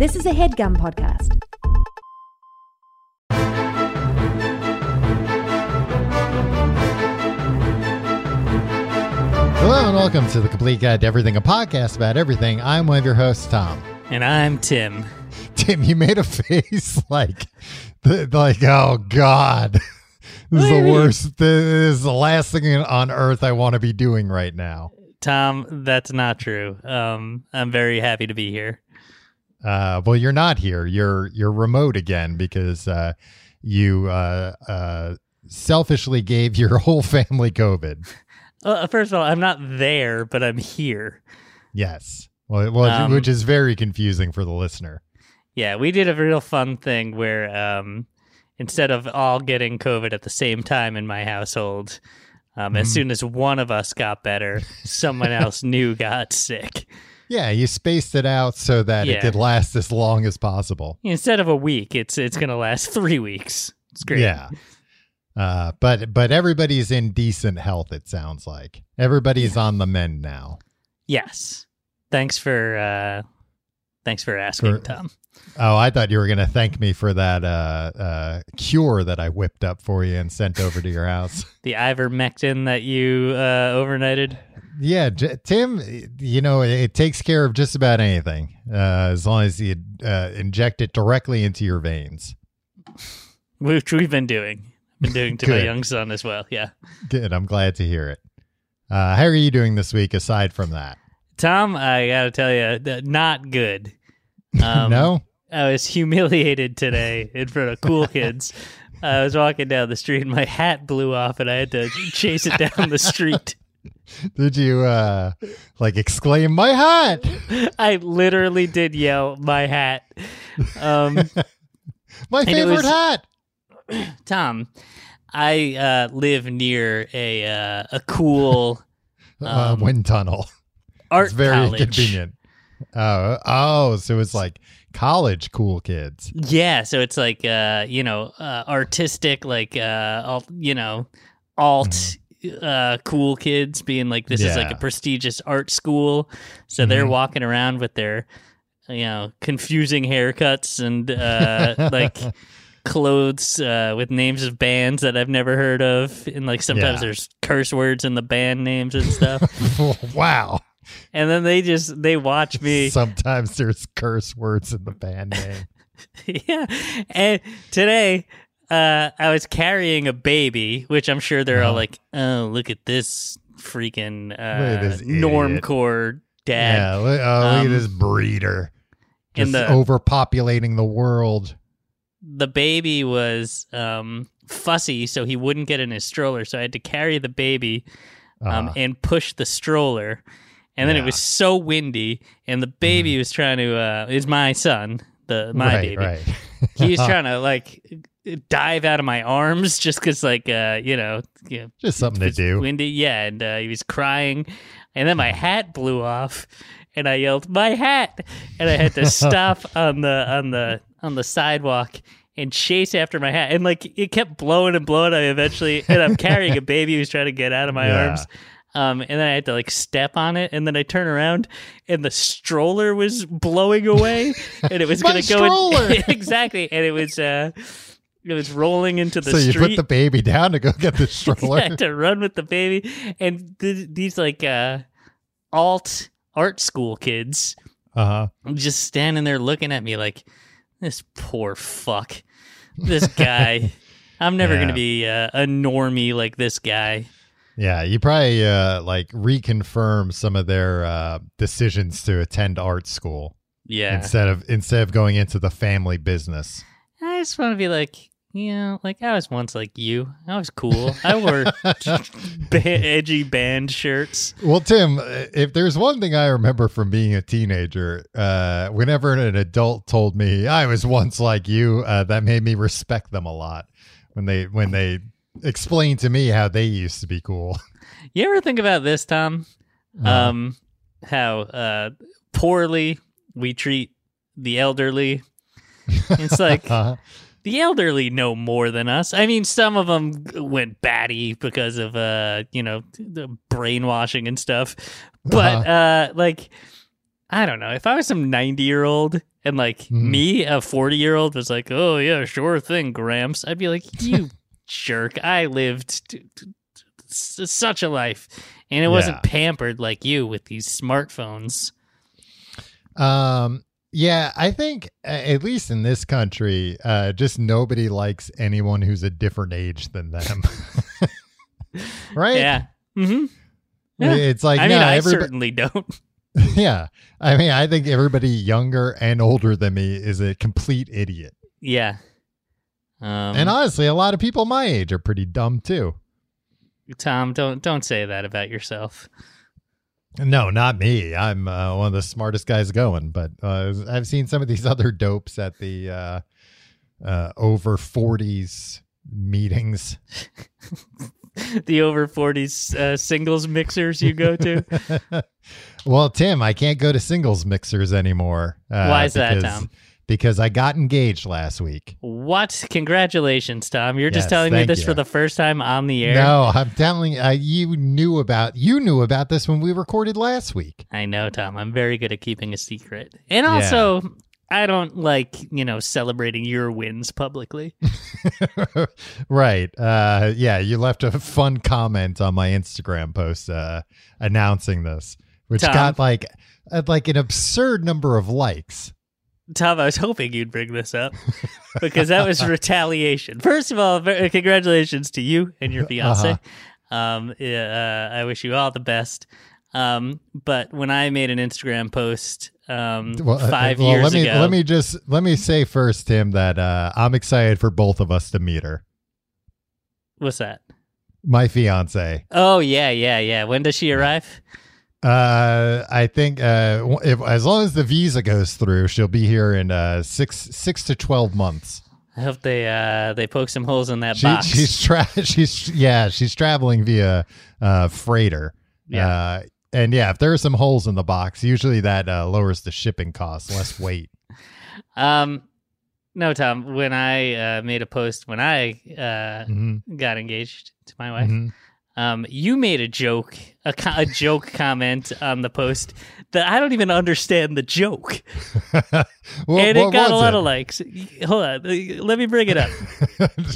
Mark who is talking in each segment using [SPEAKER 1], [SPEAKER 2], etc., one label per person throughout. [SPEAKER 1] This is a headgum podcast.
[SPEAKER 2] Hello and welcome to the Complete Guide to Everything, a podcast about everything. I'm one of your hosts, Tom.
[SPEAKER 3] And I'm Tim.
[SPEAKER 2] Tim, you made a face like, the, like, oh God, this is
[SPEAKER 3] do you
[SPEAKER 2] the
[SPEAKER 3] mean?
[SPEAKER 2] worst. This is the last thing on earth I want to be doing right now.
[SPEAKER 3] Tom, that's not true. Um, I'm very happy to be here.
[SPEAKER 2] Uh, well, you're not here. You're you're remote again because uh, you uh, uh, selfishly gave your whole family COVID.
[SPEAKER 3] Uh, first of all, I'm not there, but I'm here.
[SPEAKER 2] Yes, well, it was-
[SPEAKER 3] Um,
[SPEAKER 2] which is very confusing for the listener.
[SPEAKER 3] Yeah, we did a real fun thing where um, instead of all getting COVID at the same time in my household, um,
[SPEAKER 2] Mm.
[SPEAKER 3] as soon as one of us got better, someone else new got sick.
[SPEAKER 2] Yeah, you spaced it out so that it
[SPEAKER 3] Yeah.
[SPEAKER 2] could last as long as possible.
[SPEAKER 3] Instead of a week, it's it's gonna last three weeks. It's great.
[SPEAKER 2] Yeah. Uh, but but everybody's in decent health. It sounds like everybody's on the mend now.
[SPEAKER 3] Yes. Thanks for uh, thanks for asking,
[SPEAKER 2] For-
[SPEAKER 3] Tom.
[SPEAKER 2] Oh, I thought you were gonna thank me for that uh, uh, cure that I whipped up for you and sent over to your house.
[SPEAKER 3] the ivermectin that you uh, overnighted.
[SPEAKER 2] yeah, J- Tim, you know it, it takes care of just about anything uh, as long as you uh, inject it directly into your veins.
[SPEAKER 3] which we've been doing. Been doing to my
[SPEAKER 2] Good.
[SPEAKER 3] young son as well. Yeah,
[SPEAKER 2] Good. I'm glad to hear it. Uh, how are you doing this week? Aside from that,
[SPEAKER 3] Tom, I gotta tell you, not good. Um,
[SPEAKER 2] no.
[SPEAKER 3] I was humiliated today in front of cool kids. I was walking down the street and my hat blew off, and I had to chase it down the street.
[SPEAKER 2] Did you uh, like exclaim my hat?
[SPEAKER 3] I literally did yell, "My hat!" Um,
[SPEAKER 2] My
[SPEAKER 3] it
[SPEAKER 2] favorite
[SPEAKER 3] was-
[SPEAKER 2] hat.
[SPEAKER 3] Tom, I uh, live near a uh, a cool
[SPEAKER 2] uh,
[SPEAKER 3] Um,
[SPEAKER 2] wind tunnel.
[SPEAKER 3] art
[SPEAKER 2] It's very
[SPEAKER 3] college.
[SPEAKER 2] convenient. Oh, oh, so it's like college cool kids.
[SPEAKER 3] Yeah, so it's like uh, you know, uh, artistic, like uh, alt, you know, alt, uh, cool kids being like, this is like
[SPEAKER 2] Mm-hmm. Yeah. Mm-hmm.
[SPEAKER 3] a prestigious art school, so they're walking around with their, you know, confusing haircuts and uh, like clothes uh, with names of bands that I've never heard of, and like sometimes
[SPEAKER 2] Yeah.
[SPEAKER 3] there's curse words in the band names and stuff,
[SPEAKER 2] wow.
[SPEAKER 3] and then they just they watch me.
[SPEAKER 2] Sometimes there's curse words in the band name.
[SPEAKER 3] yeah. And today, uh, I was carrying a baby, which I'm sure they're
[SPEAKER 2] Uh-huh.
[SPEAKER 3] all like, "Oh, look at this freaking
[SPEAKER 2] at
[SPEAKER 3] uh,
[SPEAKER 2] this idiot."
[SPEAKER 3] normcore dad."
[SPEAKER 2] yeah. Look, oh, look at
[SPEAKER 3] um,
[SPEAKER 2] this breeder. Just
[SPEAKER 3] and the
[SPEAKER 2] overpopulating the world.
[SPEAKER 3] the baby was um, fussy, so he wouldn't get in his stroller. So I had to carry the baby um,
[SPEAKER 2] Uh,
[SPEAKER 3] and push the stroller. And then
[SPEAKER 2] Yeah. Mm-hmm.
[SPEAKER 3] it was so windy, and the baby was trying to. Uh, is my son the my
[SPEAKER 2] right,
[SPEAKER 3] baby?
[SPEAKER 2] right.
[SPEAKER 3] He was trying to like dive out of my arms just because, like, uh, you know, you know,
[SPEAKER 2] Just something
[SPEAKER 3] It
[SPEAKER 2] to
[SPEAKER 3] was
[SPEAKER 2] do.
[SPEAKER 3] Windy, yeah, and uh, he was crying, and then my hat blew off, and I yelled, "My hat!" and I had to stop on the on the on the sidewalk and chase after my hat, and like it kept blowing and blowing. I eventually, and I'm carrying a baby who's trying to get out of my
[SPEAKER 2] Yeah.
[SPEAKER 3] arms. Um, and then I had to like step on it, and then I turn around, and the stroller was blowing away, and it was
[SPEAKER 2] My
[SPEAKER 3] going to go in-
[SPEAKER 2] stroller!
[SPEAKER 3] exactly, and it was uh, it was rolling into the
[SPEAKER 2] so you
[SPEAKER 3] street.
[SPEAKER 2] put the baby down to go get the stroller.
[SPEAKER 3] Yeah, to run with the baby. And th- these like uh, alt art school kids
[SPEAKER 2] Uh-huh.
[SPEAKER 3] just standing there looking at me like, this poor fuck, this guy. I'm never
[SPEAKER 2] Yeah.
[SPEAKER 3] gonna be uh, a normie like this guy.
[SPEAKER 2] Yeah, you probably uh, like reconfirm some of their uh, decisions to attend art school.
[SPEAKER 3] Yeah,
[SPEAKER 2] instead of instead of going into the family business.
[SPEAKER 3] I just want to be like. You know, like I was once like you. I was cool. I wore ba- edgy band shirts.
[SPEAKER 2] Well, Tim, uh, if there's one thing I remember from being a teenager, uh, whenever an adult told me I was once like you, uh, that made me respect them a lot when they when they explained to me how they used to be cool.
[SPEAKER 3] You ever think about this, Tom? Um, how uh, poorly we treat the elderly. It's like
[SPEAKER 2] Uh,
[SPEAKER 3] the elderly know more than us. I mean, some of them went batty because of uh, you know, the brainwashing
[SPEAKER 2] Uh-huh.
[SPEAKER 3] and stuff. But uh like I don't know. If I was some 90-year-old and like
[SPEAKER 2] Mm-hmm.
[SPEAKER 3] me, a 40 year old, was like, oh, yeah, sure thing, Gramps, I'd be like, you jerk. I lived t- t- t- s- such a life. And it wasn't pampered like you with these smartphones.
[SPEAKER 2] Um, yeah, I think uh, at least in this country, uh, just nobody likes anyone who's a different age than them. right?
[SPEAKER 3] Yeah. hmm Yeah.
[SPEAKER 2] It's like
[SPEAKER 3] I mean,
[SPEAKER 2] nah,
[SPEAKER 3] I
[SPEAKER 2] everybo-
[SPEAKER 3] certainly don't.
[SPEAKER 2] yeah. I mean, I think everybody younger and older than me is a complete idiot.
[SPEAKER 3] yeah. Um,
[SPEAKER 2] and honestly, a lot of people my age are pretty dumb too.
[SPEAKER 3] Tom, don't don't say that about yourself.
[SPEAKER 2] No, not me. I'm uh, one of the smartest guys going, but uh, I've seen some of these other dopes at the uh, uh, over 40s meetings.
[SPEAKER 3] the over 40s uh, singles mixers you go to.
[SPEAKER 2] well, Tim, I can't go to singles mixers anymore. Uh,
[SPEAKER 3] Why is that,
[SPEAKER 2] because-
[SPEAKER 3] Tom?
[SPEAKER 2] Because I got engaged last week.
[SPEAKER 3] What? Congratulations, Tom. You're just
[SPEAKER 2] Yes,
[SPEAKER 3] telling me
[SPEAKER 2] thank
[SPEAKER 3] this
[SPEAKER 2] you.
[SPEAKER 3] for the first time on the air.
[SPEAKER 2] No, I'm telling you, uh, you knew about you knew about this when we recorded last week.
[SPEAKER 3] I know, Tom. I'm very good at keeping a secret. And also, I don't like, you know, celebrating your wins publicly.
[SPEAKER 2] right. Uh, yeah, you left a fun comment on my Instagram post uh, announcing this, which
[SPEAKER 3] Tom?
[SPEAKER 2] got like uh, like an absurd number of likes.
[SPEAKER 3] Tom, I was hoping you'd bring this up because that was retaliation. First of all, ver- congratulations to you and
[SPEAKER 2] Uh-huh.
[SPEAKER 3] your fiance. Um, uh, I wish you all the best. Um, but when I made an Instagram post um,
[SPEAKER 2] Well, uh,
[SPEAKER 3] five
[SPEAKER 2] well,
[SPEAKER 3] years
[SPEAKER 2] let me
[SPEAKER 3] ago,
[SPEAKER 2] let me just let me say first, Tim, that uh, I'm excited for both of us to meet her,
[SPEAKER 3] what's that?
[SPEAKER 2] my fiance.
[SPEAKER 3] Oh yeah, yeah, yeah. When does she arrive?
[SPEAKER 2] Uh, I think uh, w- if, as long as the visa goes through, she'll be here in uh, six six to twelve months.
[SPEAKER 3] I hope they uh, they poke some holes in that
[SPEAKER 2] She,
[SPEAKER 3] box.
[SPEAKER 2] she's tra- she's yeah, she's traveling via uh, freighter.
[SPEAKER 3] Yeah.
[SPEAKER 2] Uh, and yeah, if there are some holes in the box, usually that uh, lowers the shipping cost, less weight.
[SPEAKER 3] Um, no, Tom. When I uh, made a post when I uh,
[SPEAKER 2] Mhm,
[SPEAKER 3] got engaged to my wife,
[SPEAKER 2] mhm.
[SPEAKER 3] um, you made a joke, a, co- a joke comment on the post that I don't even understand the joke,
[SPEAKER 2] What-
[SPEAKER 3] and it
[SPEAKER 2] what
[SPEAKER 3] got a
[SPEAKER 2] was
[SPEAKER 3] lot of likes. Hold on, let me bring it up.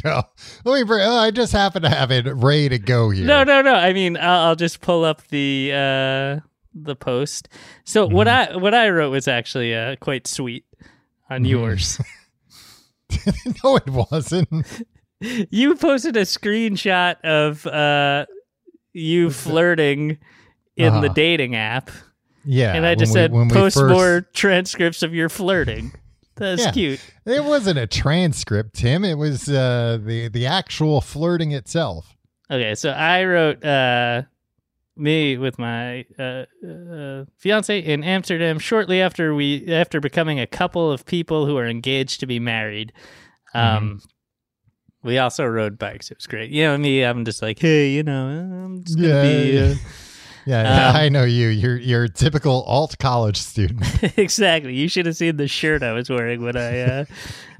[SPEAKER 2] no, let me bring. Oh, I just happen to have it ready to go here.
[SPEAKER 3] No, no, no. I mean, I'll, I'll just pull up the uh, the post. So
[SPEAKER 2] Mm-hmm.
[SPEAKER 3] what I what I wrote was actually uh, quite sweet
[SPEAKER 2] Mm-hmm.
[SPEAKER 3] on yours.
[SPEAKER 2] no, it wasn't.
[SPEAKER 3] you posted a screenshot of uh, you flirting in the
[SPEAKER 2] Uh-huh.
[SPEAKER 3] dating app,
[SPEAKER 2] Yeah,
[SPEAKER 3] and I just
[SPEAKER 2] when we-
[SPEAKER 3] said
[SPEAKER 2] when we
[SPEAKER 3] post
[SPEAKER 2] first-
[SPEAKER 3] more transcripts of your flirting. That's
[SPEAKER 2] Yeah.
[SPEAKER 3] cute.
[SPEAKER 2] It wasn't a transcript, Tim. It was uh, the the actual flirting itself.
[SPEAKER 3] Okay, so I wrote uh, me with my uh, uh, fiance in Amsterdam shortly after we after becoming a couple of people who are engaged to be married.
[SPEAKER 2] Mm-hmm.
[SPEAKER 3] Um, We also rode bikes. It was great. You know me. I'm just like, hey, you know, I'm just gonna be.
[SPEAKER 2] Yeah.
[SPEAKER 3] Uh,
[SPEAKER 2] Yeah,
[SPEAKER 3] Um,
[SPEAKER 2] I know you. You're you're a typical alt college student.
[SPEAKER 3] exactly. You should have seen the shirt I was wearing when I. Uh,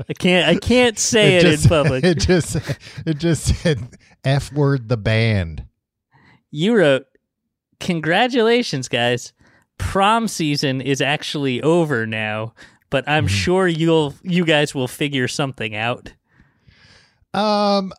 [SPEAKER 3] I can't. I can't say it,
[SPEAKER 2] just,
[SPEAKER 3] in public.
[SPEAKER 2] It just it just said f word the band.
[SPEAKER 3] you wrote, "Congratulations, guys! Prom season is actually over now, but I'm sure you'll you guys will figure something out."
[SPEAKER 2] Um,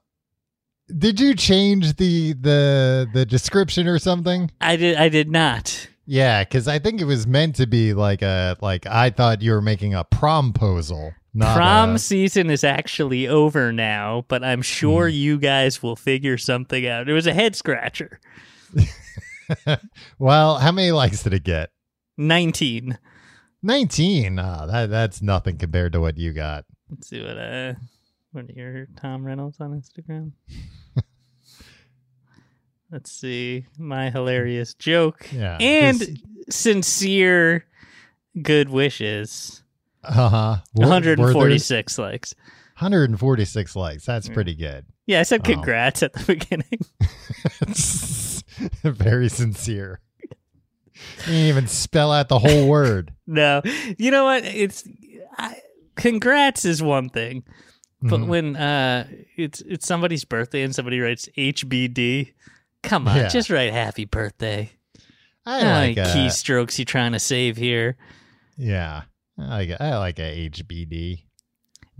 [SPEAKER 2] did you change the the the description or something?
[SPEAKER 3] I did. I did not.
[SPEAKER 2] Yeah, because I think it was meant to be like a like I thought you were making a promposal. Not
[SPEAKER 3] Prom
[SPEAKER 2] a-
[SPEAKER 3] season is actually over now, but I'm sure you guys will figure something out. It was a head scratcher.
[SPEAKER 2] well, how many likes did it get?
[SPEAKER 3] 19.
[SPEAKER 2] Nineteen. Ah, that that's nothing compared to what you got.
[SPEAKER 3] Let's see what uh what are your Tom Reynolds on Instagram. Let's see my hilarious joke
[SPEAKER 2] Yeah,
[SPEAKER 3] and
[SPEAKER 2] just-
[SPEAKER 3] sincere good wishes.
[SPEAKER 2] Uh huh.
[SPEAKER 3] 146 likes.
[SPEAKER 2] 146 likes. That's
[SPEAKER 3] Yeah.
[SPEAKER 2] pretty good.
[SPEAKER 3] Yeah, I said
[SPEAKER 2] Wow.
[SPEAKER 3] congrats at the beginning.
[SPEAKER 2] Very sincere. You didn't even spell out the whole word.
[SPEAKER 3] no, you know what? It's I, congrats is one thing, but
[SPEAKER 2] Mhm.
[SPEAKER 3] when uh it's it's somebody's birthday and somebody writes HBD, come on,
[SPEAKER 2] Yeah.
[SPEAKER 3] just write happy birthday.
[SPEAKER 2] I
[SPEAKER 3] How
[SPEAKER 2] like
[SPEAKER 3] many
[SPEAKER 2] uh,
[SPEAKER 3] keystrokes you trying to save here?
[SPEAKER 2] Yeah. I like a, I like a HBD.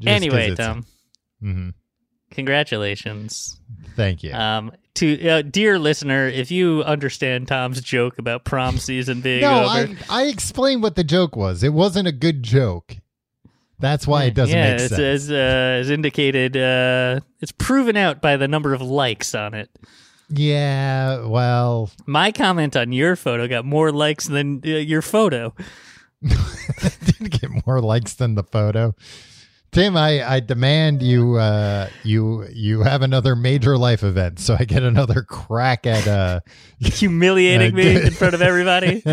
[SPEAKER 3] anyway, Tom,
[SPEAKER 2] hmm
[SPEAKER 3] congratulations.
[SPEAKER 2] Thank you.
[SPEAKER 3] Um, to uh, dear listener, if you understand Tom's joke about prom season being
[SPEAKER 2] no,
[SPEAKER 3] over,
[SPEAKER 2] I, I explained what the joke was. It wasn't a good joke. That's why it doesn't
[SPEAKER 3] Mm, yeah,
[SPEAKER 2] make
[SPEAKER 3] it's,
[SPEAKER 2] sense.
[SPEAKER 3] As, uh, as indicated, uh, it's proven out by the number of likes on it.
[SPEAKER 2] yeah, well,
[SPEAKER 3] My comment on your photo got more likes than uh, your photo.
[SPEAKER 2] didn't get more likes than the photo. Tim, I, I demand you uh, you you have another major life event, so I get another crack at uh,
[SPEAKER 3] Humiliating
[SPEAKER 2] I
[SPEAKER 3] me
[SPEAKER 2] did.
[SPEAKER 3] in front of everybody.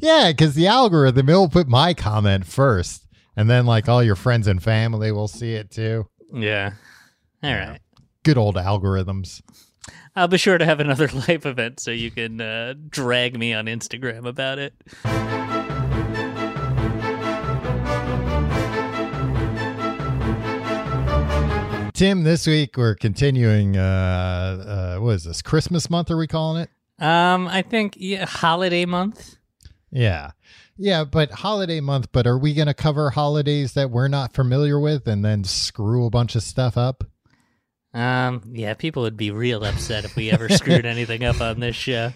[SPEAKER 2] yeah, because the algorithm it'll put my comment first, and then like all your friends and family will see it too.
[SPEAKER 3] yeah. All right.
[SPEAKER 2] Good old algorithms.
[SPEAKER 3] I'll be sure to have another live event so you can uh, drag me on Instagram about it.
[SPEAKER 2] Tim, this week we're continuing. Uh, uh, what is this? Christmas month? Are we calling it?
[SPEAKER 3] Um, I think yeah, holiday month.
[SPEAKER 2] Yeah, yeah. But holiday month. But are we going to cover holidays that we're not familiar with and then screw a bunch of stuff up?
[SPEAKER 3] Um, yeah, people would be real upset if we ever screwed anything up on this show.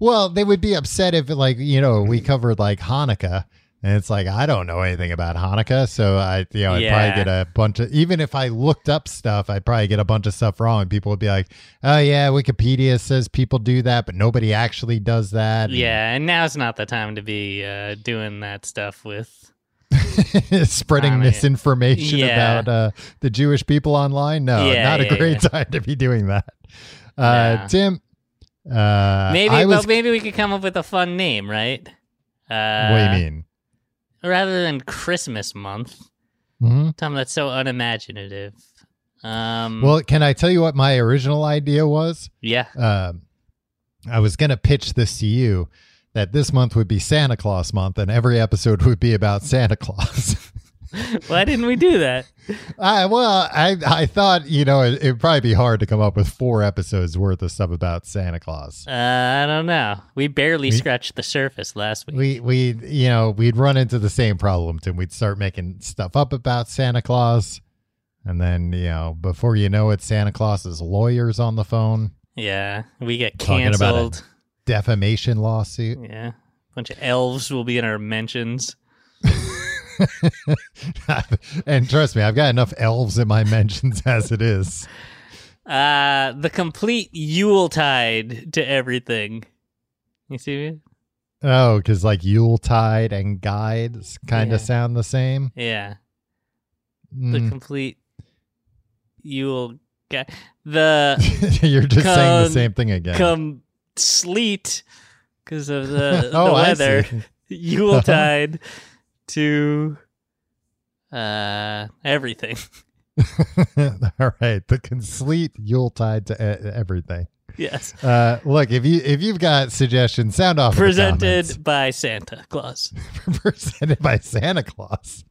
[SPEAKER 2] well, they would be upset if, like, you know, we covered like Hanukkah, and it's like I don't know anything about Hanukkah, so I, you know, I would
[SPEAKER 3] Yeah.
[SPEAKER 2] probably get a bunch of. Even if I looked up stuff, I would probably get a bunch of stuff wrong. and People would be like, "Oh yeah, Wikipedia says people do that, but nobody actually does that." And
[SPEAKER 3] Yeah, and now's not the time to be uh, doing that stuff with.
[SPEAKER 2] spreading
[SPEAKER 3] Hanukkah.
[SPEAKER 2] misinformation
[SPEAKER 3] Yeah.
[SPEAKER 2] about uh, the Jewish people online. No,
[SPEAKER 3] Yeah,
[SPEAKER 2] not
[SPEAKER 3] yeah,
[SPEAKER 2] a great time to be doing that. Uh,
[SPEAKER 3] Nah.
[SPEAKER 2] Tim, uh,
[SPEAKER 3] Maybe,
[SPEAKER 2] I was.
[SPEAKER 3] well, maybe we could come up with a fun name, right? Uh,
[SPEAKER 2] what do you mean?
[SPEAKER 3] Rather than Christmas month,
[SPEAKER 2] hmm
[SPEAKER 3] Tom. That's so unimaginative. Um,
[SPEAKER 2] Well, can I tell you what my original idea was?
[SPEAKER 3] yeah,
[SPEAKER 2] Um, I was going to pitch this to you that this month would be Santa Claus month and every episode would be about Santa Claus.
[SPEAKER 3] why didn't we do that?
[SPEAKER 2] I, well, I, I thought, you know, it, it'd probably be hard to come up with four episodes worth of stuff about Santa Claus.
[SPEAKER 3] Uh, I don't know. We barely scratched the surface last week.
[SPEAKER 2] We, we, you know, we'd run into the same problem, Tim. We'd start making stuff up about Santa Claus. And then, you know, before you know it, Santa Claus's lawyer's on the phone,
[SPEAKER 3] yeah, we get
[SPEAKER 2] Talking about it.
[SPEAKER 3] canceled.
[SPEAKER 2] defamation lawsuit.
[SPEAKER 3] Yeah, bunch of elves will be in our mentions.
[SPEAKER 2] and trust me, I've got enough elves in my mentions as it is.
[SPEAKER 3] Uh, the complete Yuletide to everything. You see me?
[SPEAKER 2] Oh, because like Yuletide and guides kind
[SPEAKER 3] Yeah.
[SPEAKER 2] of sound the same.
[SPEAKER 3] Yeah. The
[SPEAKER 2] Mm.
[SPEAKER 3] complete Yule guy. The
[SPEAKER 2] Mm. You're just saying the
[SPEAKER 3] Con-
[SPEAKER 2] same thing again.
[SPEAKER 3] come sleet because of the,
[SPEAKER 2] oh,
[SPEAKER 3] the
[SPEAKER 2] I
[SPEAKER 3] weather.
[SPEAKER 2] see. Uh-huh.
[SPEAKER 3] Yuletide to uh everything.
[SPEAKER 2] All right, the complete Yuletide to e- everything.
[SPEAKER 3] Yes.
[SPEAKER 2] Uh, look, if you if you've got suggestions, sound off. in the comments.
[SPEAKER 3] Presented by Santa Claus.
[SPEAKER 2] presented by Santa Claus.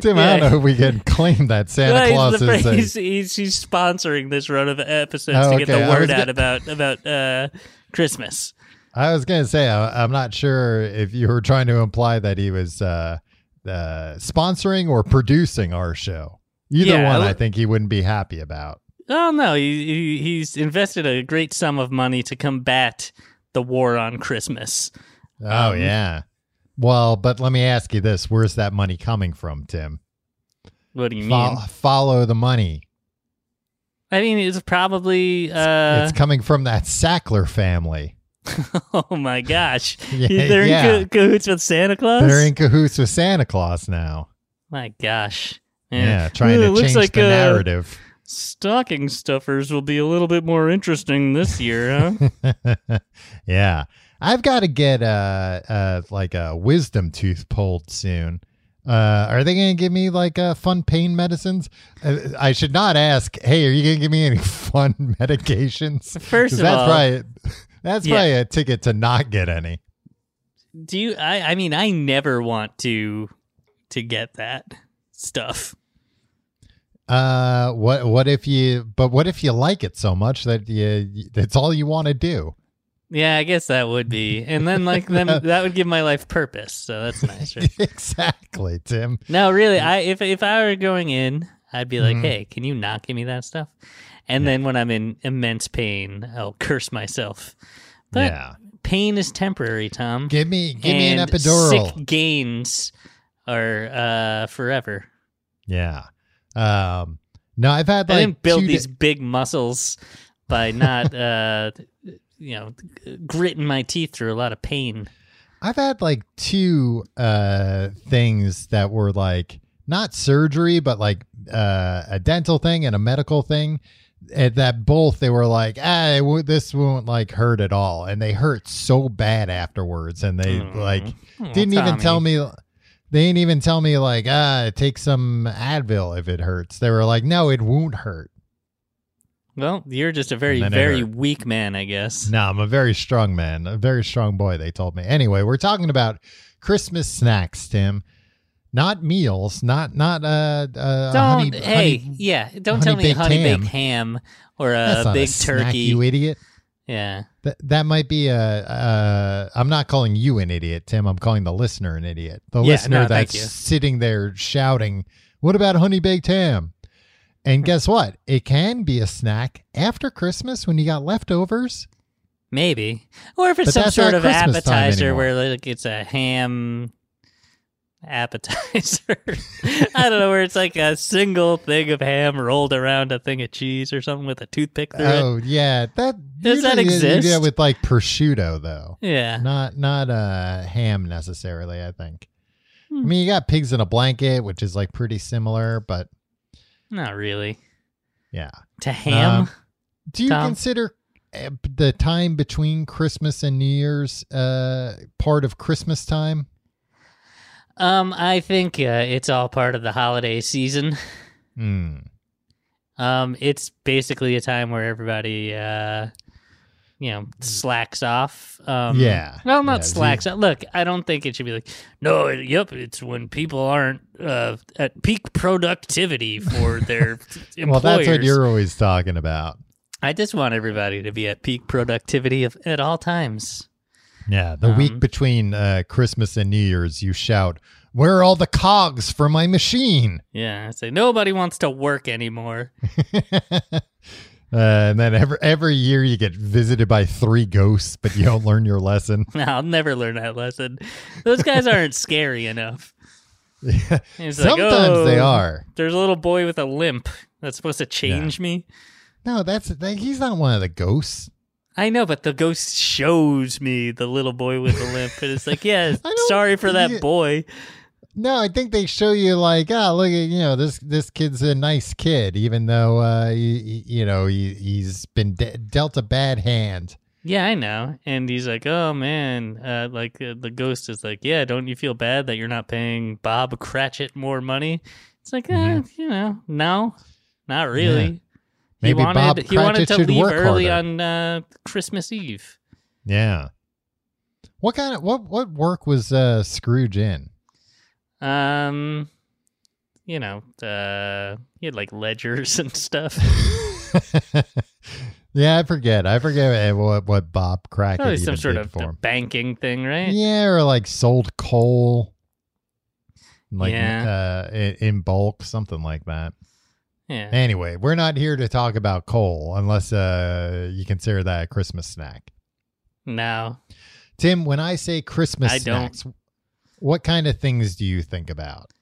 [SPEAKER 2] Tim, I
[SPEAKER 3] Yeah.
[SPEAKER 2] don't know if we can claim that Santa
[SPEAKER 3] Well,
[SPEAKER 2] Claus
[SPEAKER 3] he's, the-
[SPEAKER 2] is a,
[SPEAKER 3] he's, he's, he's sponsoring this run of episodes
[SPEAKER 2] Oh,
[SPEAKER 3] to get
[SPEAKER 2] okay.
[SPEAKER 3] the
[SPEAKER 2] I
[SPEAKER 3] word
[SPEAKER 2] was
[SPEAKER 3] out
[SPEAKER 2] go-
[SPEAKER 3] about about uh, Christmas.
[SPEAKER 2] I was gonna say I, I'm not sure if you were trying to imply that he was uh, uh, sponsoring or producing our show. Either
[SPEAKER 3] Yeah,
[SPEAKER 2] one,
[SPEAKER 3] I
[SPEAKER 2] I
[SPEAKER 3] would-
[SPEAKER 2] think he wouldn't be happy about.
[SPEAKER 3] Oh no, he, he he's invested a great sum of money to combat the war on Christmas.
[SPEAKER 2] Oh
[SPEAKER 3] Um,
[SPEAKER 2] yeah. Well, but let me ask you this: Where's that money coming from, Tim?
[SPEAKER 3] What do you
[SPEAKER 2] Fo-
[SPEAKER 3] mean?
[SPEAKER 2] follow the money.
[SPEAKER 3] I mean, it's probably. Uh,
[SPEAKER 2] it's coming from that Sackler family.
[SPEAKER 3] oh my gosh,
[SPEAKER 2] Yeah,
[SPEAKER 3] they're in
[SPEAKER 2] yeah.
[SPEAKER 3] cah- cahoots with Santa Claus.
[SPEAKER 2] They're in cahoots with Santa Claus now.
[SPEAKER 3] my gosh.
[SPEAKER 2] Yeah, trying
[SPEAKER 3] Ooh, it
[SPEAKER 2] to
[SPEAKER 3] looks
[SPEAKER 2] change
[SPEAKER 3] like,
[SPEAKER 2] the
[SPEAKER 3] uh,
[SPEAKER 2] narrative.
[SPEAKER 3] Stocking stuffers will be a little bit more interesting this year, huh?
[SPEAKER 2] yeah. I've got to get uh, uh like a wisdom tooth pulled soon. Uh, are they going to give me like uh, fun pain medicines? Uh, I should not ask. Hey, are you going to give me any fun medications? 'Cause
[SPEAKER 3] First of
[SPEAKER 2] that's
[SPEAKER 3] all-
[SPEAKER 2] probably that's
[SPEAKER 3] Yeah.
[SPEAKER 2] probably a ticket to not get any.
[SPEAKER 3] do you? I, I mean, I never want to to get that stuff.
[SPEAKER 2] Uh, what what if you? But what if you like it so much that you? That's all you want to do.
[SPEAKER 3] Yeah, I guess that would be. And then like them that would give my life purpose. So that's nice, right?
[SPEAKER 2] exactly, Tim.
[SPEAKER 3] No, really, I if if I were going in, I'd be like,
[SPEAKER 2] Mhm.
[SPEAKER 3] "Hey, can you not give me that stuff?" And then when I'm in immense pain, I'll curse myself. But
[SPEAKER 2] yeah.
[SPEAKER 3] pain is temporary, Tom.
[SPEAKER 2] Give me give me an
[SPEAKER 3] And
[SPEAKER 2] epidural.
[SPEAKER 3] Sick gains are uh, forever.
[SPEAKER 2] Yeah. Um no, I've had
[SPEAKER 3] I
[SPEAKER 2] like
[SPEAKER 3] didn't build
[SPEAKER 2] two da-
[SPEAKER 3] these big muscles by not, uh, you know, gritting my teeth through a lot of pain.
[SPEAKER 2] I've had like two uh things that were like not surgery but like uh a dental thing and a medical thing and that both they were like ah it wo- this won't like hurt at all and they hurt so bad afterwards and they
[SPEAKER 3] Mm.
[SPEAKER 2] like
[SPEAKER 3] Oh,
[SPEAKER 2] didn't even
[SPEAKER 3] Tommy.
[SPEAKER 2] tell me they didn't even tell me like ah take some Advil if it hurts they were like no it won't hurt
[SPEAKER 3] Well, you're just a very,
[SPEAKER 2] And then it
[SPEAKER 3] very
[SPEAKER 2] hurt.
[SPEAKER 3] weak man, I guess.
[SPEAKER 2] No, I'm a very strong man, a very strong boy, they told me. Anyway, we're talking about Christmas snacks, Tim. Not meals, not not uh, uh
[SPEAKER 3] Don't,
[SPEAKER 2] honey,
[SPEAKER 3] hey,
[SPEAKER 2] honey-
[SPEAKER 3] yeah, don't
[SPEAKER 2] honey
[SPEAKER 3] tell me
[SPEAKER 2] baked
[SPEAKER 3] honey
[SPEAKER 2] ham.
[SPEAKER 3] baked ham or
[SPEAKER 2] that's
[SPEAKER 3] a
[SPEAKER 2] not a
[SPEAKER 3] big
[SPEAKER 2] snack,
[SPEAKER 3] turkey.
[SPEAKER 2] you idiot.
[SPEAKER 3] Yeah.
[SPEAKER 2] That that might be a uh I'm not calling you an idiot, Tim. I'm calling the listener an idiot. The
[SPEAKER 3] Yeah,
[SPEAKER 2] listener
[SPEAKER 3] no, thank
[SPEAKER 2] that's
[SPEAKER 3] you.
[SPEAKER 2] sitting there shouting, "What about honey baked ham?" And guess what? It can be a snack after Christmas when you got leftovers.
[SPEAKER 3] Maybe, or if it's
[SPEAKER 2] But
[SPEAKER 3] some
[SPEAKER 2] that's
[SPEAKER 3] sort
[SPEAKER 2] not
[SPEAKER 3] of
[SPEAKER 2] Christmas time
[SPEAKER 3] appetizer
[SPEAKER 2] anymore.
[SPEAKER 3] where like it's a ham appetizer. I don't know where it's like a single thing of ham rolled around a thing of cheese or something with a toothpick through it.
[SPEAKER 2] Oh yeah, that
[SPEAKER 3] Does that
[SPEAKER 2] usually you do
[SPEAKER 3] exist?
[SPEAKER 2] with like prosciutto though.
[SPEAKER 3] Yeah,
[SPEAKER 2] not not uh ham necessarily i think i
[SPEAKER 3] Hmm.
[SPEAKER 2] mean you got pigs in a blanket which is like pretty similar but
[SPEAKER 3] not really.
[SPEAKER 2] yeah
[SPEAKER 3] To ham?
[SPEAKER 2] Um, do you
[SPEAKER 3] Tom?
[SPEAKER 2] consider uh, the time between christmas and new year's uh part of christmas time
[SPEAKER 3] Um, I think uh, it's all part of the holiday season.
[SPEAKER 2] Hmm.
[SPEAKER 3] Um, it's basically a time where everybody, uh, you know, slacks off. Um,
[SPEAKER 2] Yeah.
[SPEAKER 3] Well, not
[SPEAKER 2] Yeah,
[SPEAKER 3] slacks. off. Look, I don't think it should be like, no, it- yep, it's when people aren't uh, at peak productivity for their employers.
[SPEAKER 2] well that's what you're always talking about
[SPEAKER 3] I just want everybody to be at peak productivity of, at all times.
[SPEAKER 2] yeah the week
[SPEAKER 3] Um,
[SPEAKER 2] between uh christmas and new year's you shout where are all the cogs for my machine
[SPEAKER 3] Yeah, I say nobody wants to work anymore.
[SPEAKER 2] Uh, and then every every year you get visited by three ghosts, but you don't learn your lesson.
[SPEAKER 3] I'll never learn that lesson. Those guys aren't scary enough. It's like,
[SPEAKER 2] Sometimes they
[SPEAKER 3] "Oh,
[SPEAKER 2] are.
[SPEAKER 3] There's a little boy with a limp that's supposed to change me.
[SPEAKER 2] No, that's that, he's not one of the ghosts.
[SPEAKER 3] I know, but the ghost shows me the little boy with the limp, and it's like, yeah,
[SPEAKER 2] I don't
[SPEAKER 3] sorry for that
[SPEAKER 2] think it-
[SPEAKER 3] boy.
[SPEAKER 2] No, I think they show you like, ah, look at you know this this kid's a nice kid, even though uh, he, he- you know he he's been de- dealt a bad hand.
[SPEAKER 3] Yeah, I know. And he's like, oh man, uh, like uh, the ghost is like, yeah, don't you feel bad that you're not paying Bob Cratchit more money? It's like, eh,
[SPEAKER 2] Mhm.
[SPEAKER 3] you know, no, not really.
[SPEAKER 2] Yeah. Maybe
[SPEAKER 3] he wanted
[SPEAKER 2] Bob
[SPEAKER 3] he wanted
[SPEAKER 2] Cratchit
[SPEAKER 3] to
[SPEAKER 2] should
[SPEAKER 3] leave
[SPEAKER 2] work
[SPEAKER 3] early
[SPEAKER 2] harder.
[SPEAKER 3] on uh, Christmas Eve.
[SPEAKER 2] Yeah. What kind of what what work was uh, Scrooge in?
[SPEAKER 3] Um, you know, uh, he had like ledgers and stuff.
[SPEAKER 2] yeah, I forget. I forget eh, what what Bob Crackett
[SPEAKER 3] Probably
[SPEAKER 2] even
[SPEAKER 3] some sort
[SPEAKER 2] did
[SPEAKER 3] of
[SPEAKER 2] for him.
[SPEAKER 3] banking thing, right?
[SPEAKER 2] Yeah, or like sold coal, like
[SPEAKER 3] Yeah.
[SPEAKER 2] uh, in, in bulk, something like that.
[SPEAKER 3] Yeah.
[SPEAKER 2] Anyway, we're not here to talk about coal unless uh, you consider that a Christmas snack.
[SPEAKER 3] No.
[SPEAKER 2] Tim, when I say Christmas
[SPEAKER 3] I don't.
[SPEAKER 2] snacks, what kind of things do you think about?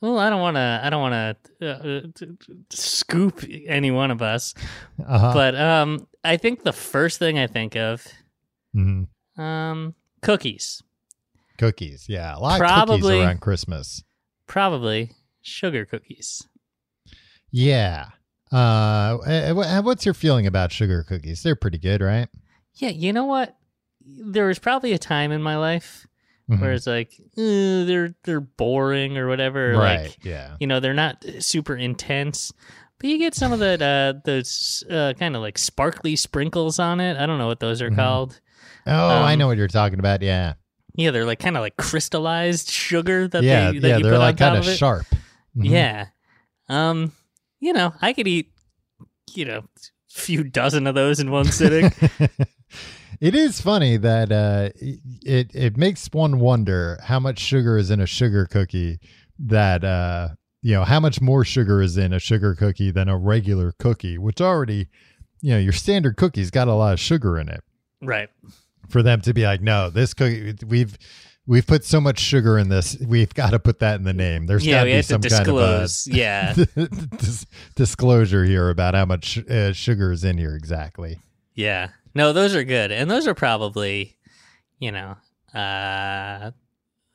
[SPEAKER 3] Well, I don't want to. I don't want to uh, t- t- scoop any one of us,
[SPEAKER 2] Uh-huh.
[SPEAKER 3] but um, I think the first thing I think of,
[SPEAKER 2] Mhm.
[SPEAKER 3] um, cookies,
[SPEAKER 2] Cookies, yeah, a lot of
[SPEAKER 3] Probably-
[SPEAKER 2] cookies around Christmas.
[SPEAKER 3] probably sugar cookies.
[SPEAKER 2] Yeah. Uh, eh, eh, what's your feeling about sugar cookies? They're pretty good, right?
[SPEAKER 3] Yeah, you know what? There was probably a time in my life
[SPEAKER 2] Mhm.
[SPEAKER 3] where it's like "Ugh, they're they're boring or whatever. or
[SPEAKER 2] right?
[SPEAKER 3] Like,
[SPEAKER 2] yeah.
[SPEAKER 3] you know they're not super intense but you get some of that uh those uh kind of like sparkly sprinkles on it i don't know what those are
[SPEAKER 2] Mhm.
[SPEAKER 3] called
[SPEAKER 2] Oh, I
[SPEAKER 3] um,
[SPEAKER 2] know what you're talking about. Yeah.
[SPEAKER 3] yeah they're like kind of like crystallized sugar that
[SPEAKER 2] yeah,
[SPEAKER 3] they that
[SPEAKER 2] yeah,
[SPEAKER 3] you
[SPEAKER 2] they're
[SPEAKER 3] put
[SPEAKER 2] like
[SPEAKER 3] on
[SPEAKER 2] kind
[SPEAKER 3] top
[SPEAKER 2] of
[SPEAKER 3] of it
[SPEAKER 2] sharp. Mhm.
[SPEAKER 3] yeah um you know i could eat you know a few dozen of those in one sitting
[SPEAKER 2] It is funny that uh, it it makes one wonder how much sugar is in a sugar cookie. That uh, you know, how much more sugar is in a sugar cookie than a regular cookie, which already, you know, your standard cookie's got a lot of sugar in it.
[SPEAKER 3] Right.
[SPEAKER 2] For them to be like, no, this cookie we've we've put so much sugar in this, we've got to put that in the name. There's
[SPEAKER 3] yeah,
[SPEAKER 2] got to
[SPEAKER 3] we
[SPEAKER 2] be
[SPEAKER 3] have to
[SPEAKER 2] some kind of a
[SPEAKER 3] disclose. yeah.
[SPEAKER 2] dis- disclosure here about how much uh, sugar is in here exactly.
[SPEAKER 3] Yeah. No, those are good. And those are probably, you know, uh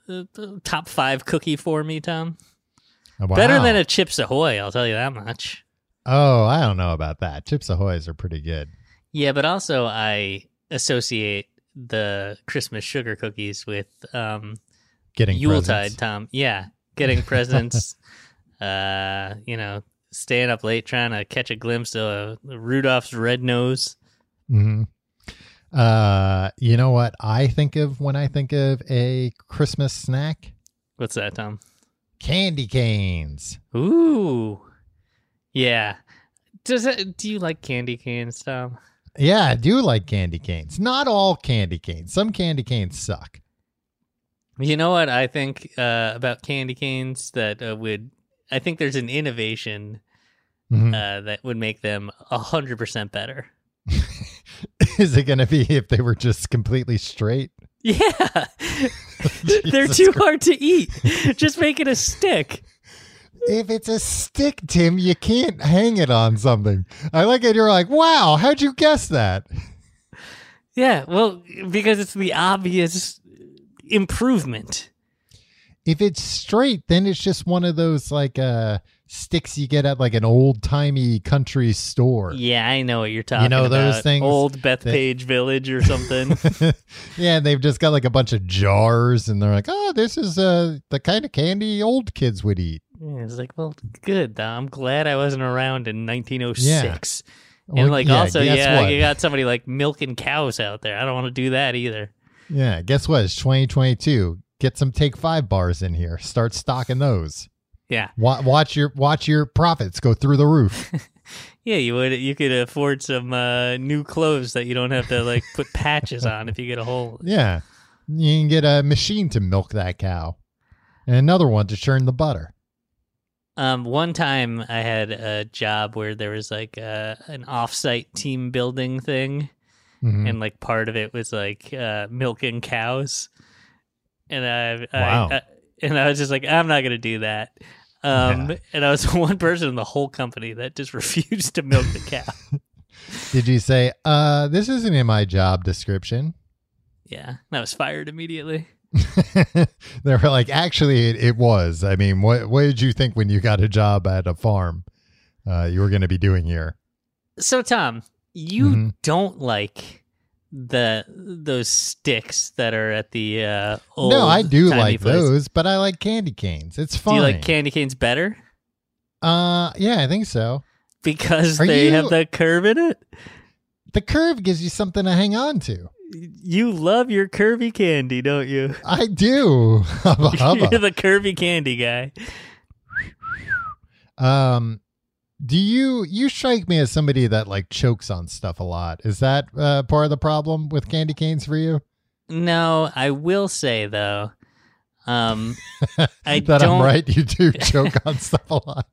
[SPEAKER 3] the- the top 5 cookie for me, Tom. Better
[SPEAKER 2] Wow.
[SPEAKER 3] than a Chips Ahoy, I'll tell you that much.
[SPEAKER 2] Oh, I don't know about that. Chips Ahoy's are pretty good.
[SPEAKER 3] Yeah, but also I associate the Christmas sugar cookies with um
[SPEAKER 2] Getting
[SPEAKER 3] Yuletide,
[SPEAKER 2] presents.
[SPEAKER 3] Tom. Yeah, getting presents. uh, you know, staying up late trying to catch a glimpse of Rudolph's red nose.
[SPEAKER 2] Mhm. Uh, you know what I think of when I think of a Christmas snack?
[SPEAKER 3] What's that, Tom?
[SPEAKER 2] Candy canes.
[SPEAKER 3] Ooh, yeah. Does it? Do you like candy canes, Tom?
[SPEAKER 2] Yeah, I do like candy canes. Not all candy canes. Some candy canes suck.
[SPEAKER 3] You know what I think uh, about candy canes that uh, would. I think there's an innovation
[SPEAKER 2] Mhm.
[SPEAKER 3] uh, that would make them hundred percent better.
[SPEAKER 2] Is it going to be if they were just completely straight?
[SPEAKER 3] Yeah, they're
[SPEAKER 2] Jesus
[SPEAKER 3] too hard to eat. Just make it a stick.
[SPEAKER 2] If it's a stick, Tim, you can't hang it on something. I like it. You're like, wow, how'd you guess that?
[SPEAKER 3] Yeah, well, because it's the obvious improvement.
[SPEAKER 2] If it's straight, then it's just one of those like uh sticks you get at like an old timey country store.
[SPEAKER 3] Yeah, I know what you're talking about.
[SPEAKER 2] know those things
[SPEAKER 3] Old Bethpage Village or something.
[SPEAKER 2] yeah, and they've just got like a bunch of jars, and they're like, oh, this is uh the kind of candy old kids would eat.
[SPEAKER 3] Yeah, it's like, well, good. though. I'm glad I wasn't around in 1906.
[SPEAKER 2] Well,
[SPEAKER 3] And like, also,
[SPEAKER 2] guess
[SPEAKER 3] yeah,
[SPEAKER 2] what?
[SPEAKER 3] you got somebody like milking cows out there. I don't want to do that either.
[SPEAKER 2] yeah. Guess what? It's 2022. Get some Take Five bars in here. Start stocking those.
[SPEAKER 3] Yeah,
[SPEAKER 2] Wa- watch your watch your profits go through the roof.
[SPEAKER 3] yeah, you would. You could afford some uh, new clothes that you don't have to like put patches on if you get a hole.
[SPEAKER 2] Yeah. You can get a machine to milk that cow and another one to churn the butter.
[SPEAKER 3] Um, one time I had a job where there was like a, an offsite team building thing,
[SPEAKER 2] Mhm.
[SPEAKER 3] and like part of it was like uh, milking cows, and I, I,
[SPEAKER 2] Wow.
[SPEAKER 3] I- and I was just like, I'm not gonna do that. Um, and I was the one person in the whole company that just refused to milk the cow.
[SPEAKER 2] Did you say, uh, this isn't in my job description?
[SPEAKER 3] yeah, and I was fired immediately.
[SPEAKER 2] they were like, actually, it, it was. I mean, what, what did you think when you got a job at a farm uh, you were going to be doing here?
[SPEAKER 3] So Tom, you
[SPEAKER 2] Mhm.
[SPEAKER 3] don't like the those sticks that are at the uh, old
[SPEAKER 2] no, I do
[SPEAKER 3] timey
[SPEAKER 2] like
[SPEAKER 3] place.
[SPEAKER 2] those, but I like candy canes. It's fun.
[SPEAKER 3] Do you like candy canes better?
[SPEAKER 2] uh, yeah, I think so.
[SPEAKER 3] Because
[SPEAKER 2] Are
[SPEAKER 3] they
[SPEAKER 2] you-
[SPEAKER 3] have the curve in it.
[SPEAKER 2] The curve gives you something to hang on to.
[SPEAKER 3] You love your curvy candy, don't you?
[SPEAKER 2] I do. Hubba, hubba.
[SPEAKER 3] You're the curvy candy guy.
[SPEAKER 2] Um, do you you strike me as somebody that like chokes on stuff a lot? Is that uh, part of the problem with candy canes for you?
[SPEAKER 3] No, I will say though, um, I
[SPEAKER 2] that
[SPEAKER 3] don't.
[SPEAKER 2] I'm right, you do choke on stuff a lot.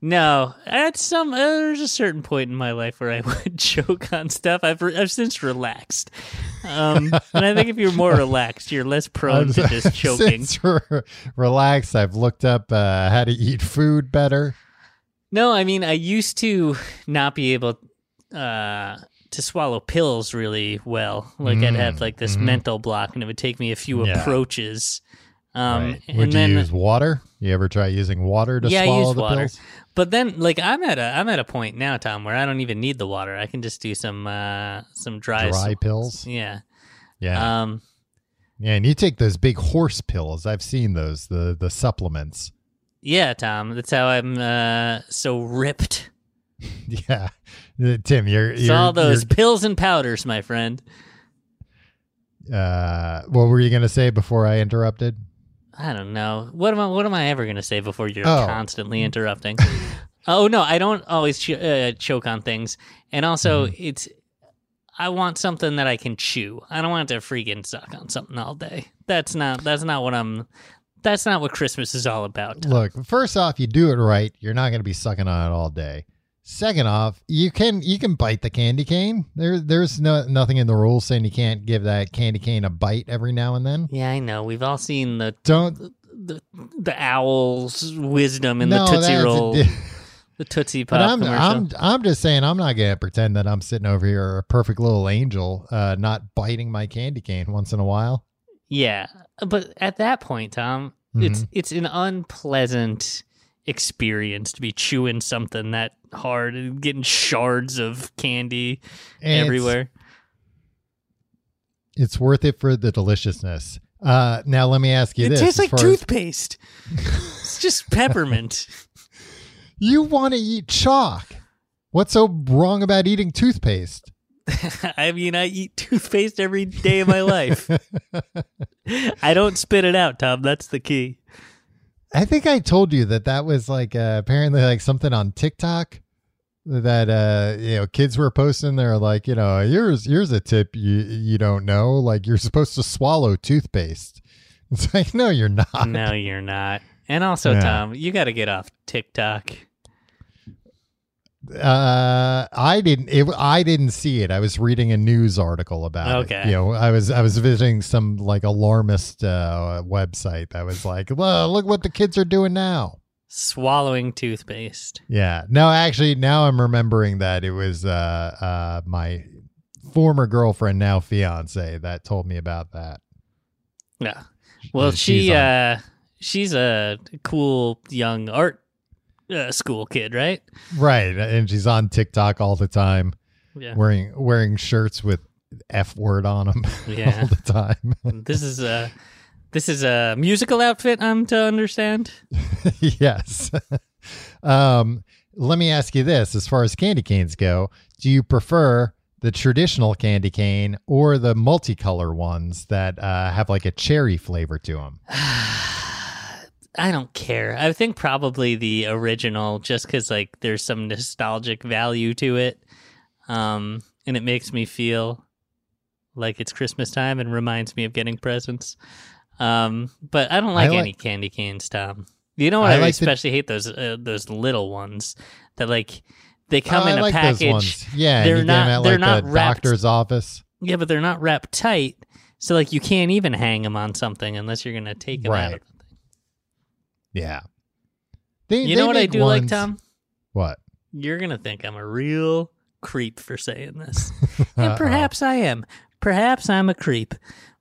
[SPEAKER 3] No, at some uh, there's a certain point in my life where I would choke on stuff. I've re- I've since relaxed, um, and I think if you're more relaxed, you're less prone to just choking.
[SPEAKER 2] Since we're relaxed, I've looked up uh, how to eat food better.
[SPEAKER 3] No, I mean I used to not be able uh, to swallow pills really well. Like I'd have
[SPEAKER 2] Mm,
[SPEAKER 3] like this
[SPEAKER 2] mhm.
[SPEAKER 3] mental block, and it would take me a few
[SPEAKER 2] Yeah.
[SPEAKER 3] approaches. Um,
[SPEAKER 2] Right.
[SPEAKER 3] and
[SPEAKER 2] Would you
[SPEAKER 3] then,
[SPEAKER 2] use water? You ever try using water to
[SPEAKER 3] yeah, I
[SPEAKER 2] swallow
[SPEAKER 3] use
[SPEAKER 2] the
[SPEAKER 3] water,
[SPEAKER 2] pills?
[SPEAKER 3] but then like I'm at a I'm at a point now, Tom, where I don't even need the water. I can just do some uh, some dry
[SPEAKER 2] Dry pills.
[SPEAKER 3] Yeah.
[SPEAKER 2] Yeah,
[SPEAKER 3] Um.
[SPEAKER 2] yeah. And you take those big horse pills. I've seen those. The the supplements.
[SPEAKER 3] Yeah, Tom. That's how I'm uh, so ripped.
[SPEAKER 2] Yeah, Uh, Tim, you're,
[SPEAKER 3] It's
[SPEAKER 2] you're
[SPEAKER 3] all those
[SPEAKER 2] you're
[SPEAKER 3] pills and powders, my friend.
[SPEAKER 2] uh what were you gonna say before i interrupted
[SPEAKER 3] I don't know. What am I? What am I ever gonna say before you're
[SPEAKER 2] Oh.
[SPEAKER 3] constantly interrupting?
[SPEAKER 2] Mm-hmm.
[SPEAKER 3] oh no, I don't always ch- uh, choke on things, and also it's I want something that I can chew. I don't want to freaking suck on something all day. That's not that's not what I'm that's not what Christmas is all about.
[SPEAKER 2] Look, first off, you do it right. You're not going to be sucking on it all day. Second off, you can you can bite the candy cane. There there's no nothing in the rules saying you can't give that candy cane a bite every now and then.
[SPEAKER 3] Yeah, I know. We've all seen the
[SPEAKER 2] Don't
[SPEAKER 3] the, the owl's wisdom in
[SPEAKER 2] no,
[SPEAKER 3] the Tootsie
[SPEAKER 2] that's a
[SPEAKER 3] Roll,
[SPEAKER 2] di-
[SPEAKER 3] the Tootsie Pop
[SPEAKER 2] but I'm
[SPEAKER 3] commercial.
[SPEAKER 2] I'm I'm just saying I'm not going to pretend that I'm sitting over here a perfect little angel, uh, not biting my candy cane once in a while.
[SPEAKER 3] Yeah, but at that point, Tom, it's
[SPEAKER 2] Mm-hmm.
[SPEAKER 3] it's an unpleasant experience to be chewing something that hard and getting shards of candy
[SPEAKER 2] And it's-
[SPEAKER 3] everywhere.
[SPEAKER 2] It's, worth it for the deliciousness. Uh, now let me ask you
[SPEAKER 3] It
[SPEAKER 2] this:
[SPEAKER 3] tastes
[SPEAKER 2] as
[SPEAKER 3] like
[SPEAKER 2] far as-
[SPEAKER 3] toothpaste. it's just peppermint.
[SPEAKER 2] You want to eat chalk? What's so wrong about eating toothpaste?
[SPEAKER 3] I mean, I eat toothpaste every day of my life. I don't spit it out, Tom. That's the key.
[SPEAKER 2] I think I told you that that was like uh, apparently like something on TikTok that uh you know kids were posting they're like you know here's here's a tip you you don't know like you're supposed to swallow toothpaste it's like no you're not
[SPEAKER 3] No, you're not. And also,
[SPEAKER 2] Yeah.
[SPEAKER 3] Tom, you got to get off TikTok.
[SPEAKER 2] uh i didn't it, i didn't see it i was reading a news article about it
[SPEAKER 3] Okay.
[SPEAKER 2] you know i was i was visiting some like alarmist uh website that was like well look what the kids are doing now
[SPEAKER 3] Swallowing toothpaste.
[SPEAKER 2] Yeah. No, actually, now I'm remembering that it was uh, uh, my former girlfriend, now fiance, that told me about that.
[SPEAKER 3] Yeah. Well,
[SPEAKER 2] Yeah,
[SPEAKER 3] she
[SPEAKER 2] she's on-
[SPEAKER 3] uh she's a cool young art uh, school kid, right?
[SPEAKER 2] Right, and she's on TikTok all the time,
[SPEAKER 3] Yeah.
[SPEAKER 2] wearing wearing shirts with f word on them all
[SPEAKER 3] Yeah.
[SPEAKER 2] the time.
[SPEAKER 3] this is a this is a musical outfit I'm to understand.
[SPEAKER 2] yes. um, let me ask you this: as far as candy canes go, do you prefer? The traditional candy cane or the multicolor ones that uh, have like a cherry flavor to them.
[SPEAKER 3] I don't care. I think probably the original just cuz like there's some nostalgic value to it. Um and it makes me feel like it's Christmas time and reminds me of getting presents. Um but I don't
[SPEAKER 2] I
[SPEAKER 3] like,
[SPEAKER 2] like-
[SPEAKER 3] any candy canes, Tom. You know what
[SPEAKER 2] I
[SPEAKER 3] I,
[SPEAKER 2] like the-
[SPEAKER 3] especially hate those uh, those little ones that like they come
[SPEAKER 2] Oh,
[SPEAKER 3] in
[SPEAKER 2] I
[SPEAKER 3] a
[SPEAKER 2] like
[SPEAKER 3] package.
[SPEAKER 2] Those ones. Yeah, and
[SPEAKER 3] They're
[SPEAKER 2] you get 'em
[SPEAKER 3] not-
[SPEAKER 2] At,
[SPEAKER 3] they're
[SPEAKER 2] like,
[SPEAKER 3] not
[SPEAKER 2] the
[SPEAKER 3] wrapped.
[SPEAKER 2] doctor's office.
[SPEAKER 3] Yeah, but they're not wrapped tight. So like you can't even hang them on something unless you're going to take them out
[SPEAKER 2] Right.
[SPEAKER 3] of the thing.
[SPEAKER 2] Yeah. They,
[SPEAKER 3] You
[SPEAKER 2] they
[SPEAKER 3] know what I
[SPEAKER 2] make
[SPEAKER 3] do like,
[SPEAKER 2] ones-
[SPEAKER 3] Tom?
[SPEAKER 2] What?
[SPEAKER 3] You're going to think I'm a real creep for saying this. and perhaps I am. Perhaps I'm a creep.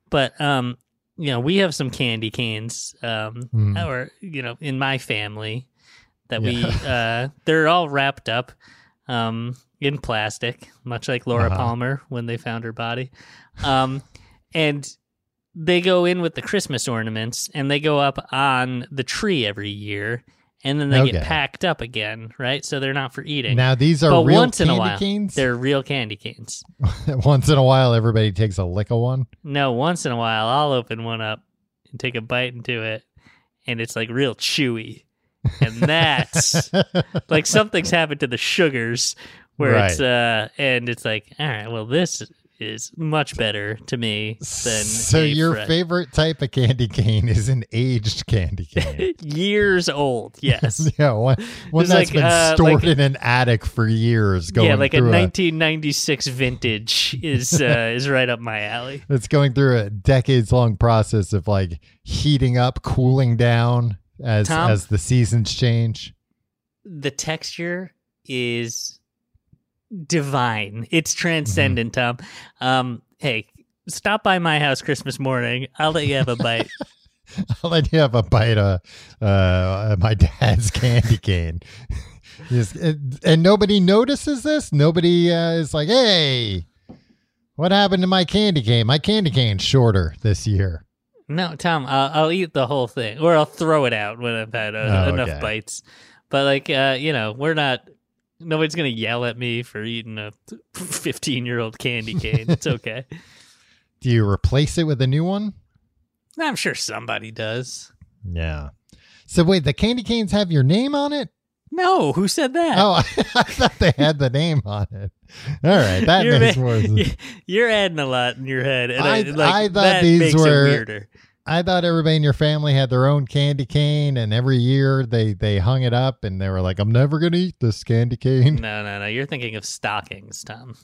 [SPEAKER 3] But um you know, we have some candy canes um
[SPEAKER 2] Mm.
[SPEAKER 3] or you know, in my family that
[SPEAKER 2] Yeah.
[SPEAKER 3] we uh they're all wrapped up um in plastic, much like Laura
[SPEAKER 2] Uh-huh.
[SPEAKER 3] Palmer when they found her body. Um and they go in with the Christmas ornaments and they go up on the tree every year and then they get
[SPEAKER 2] Okay.
[SPEAKER 3] packed up again, right? So they're not for eating.
[SPEAKER 2] Now these are
[SPEAKER 3] but
[SPEAKER 2] real
[SPEAKER 3] once in a
[SPEAKER 2] candy
[SPEAKER 3] while,
[SPEAKER 2] canes.
[SPEAKER 3] They're real candy canes.
[SPEAKER 2] once in a while, everybody takes a lick of one.
[SPEAKER 3] No, once in a while I'll open one up and take a bite into it and it's like real chewy. And that's like something's happened to the sugars where it's uh and it's like, all right, well this is much better to me than
[SPEAKER 2] so
[SPEAKER 3] a
[SPEAKER 2] your
[SPEAKER 3] fresh-
[SPEAKER 2] favorite type of candy cane is an aged candy cane.
[SPEAKER 3] years old, yes.
[SPEAKER 2] yeah, one, one
[SPEAKER 3] It's
[SPEAKER 2] that's
[SPEAKER 3] like,
[SPEAKER 2] been
[SPEAKER 3] uh,
[SPEAKER 2] stored
[SPEAKER 3] like-
[SPEAKER 2] in an attic for years, going
[SPEAKER 3] yeah, like a
[SPEAKER 2] through a
[SPEAKER 3] 1996 vintage is uh, is right up my alley.
[SPEAKER 2] It's going through a decades long process of like heating up, cooling down as
[SPEAKER 3] Tom?
[SPEAKER 2] as the seasons change.
[SPEAKER 3] The texture is divine. It's transcendent,
[SPEAKER 2] Mm-hmm.
[SPEAKER 3] Tom. Um, hey, stop by my house Christmas morning. I'll let you have a bite.
[SPEAKER 2] I'll let you have a bite of uh, my dad's candy cane. Just- and, and nobody notices this. Nobody uh, is like, hey, what happened to my candy cane? My candy cane's shorter this year.
[SPEAKER 3] no, Tom, I'll, I'll eat the whole thing, or I'll throw it out when I've had uh,
[SPEAKER 2] Oh,
[SPEAKER 3] enough
[SPEAKER 2] okay.
[SPEAKER 3] bites. But like, uh, you know, we're not. Nobody's gonna yell at me for eating a fifteen-year-old candy cane. It's okay.
[SPEAKER 2] Do you replace it with a new one?
[SPEAKER 3] I'm sure somebody does.
[SPEAKER 2] Yeah. So wait, the candy canes have your name on it?
[SPEAKER 3] No, who said that?
[SPEAKER 2] Oh, I, thought they had the name on it. All right, that
[SPEAKER 3] You're
[SPEAKER 2] makes
[SPEAKER 3] ma-
[SPEAKER 2] more sense.
[SPEAKER 3] Y- You're adding a lot in your head. And I,
[SPEAKER 2] I-
[SPEAKER 3] like,
[SPEAKER 2] I thought
[SPEAKER 3] that
[SPEAKER 2] these
[SPEAKER 3] makes
[SPEAKER 2] were-
[SPEAKER 3] it weirder.
[SPEAKER 2] I thought everybody in your family had their own candy cane, and every year they they hung it up, and they were like, "I'm never gonna eat this candy cane."
[SPEAKER 3] No, no, no. You're thinking of stockings, Tom.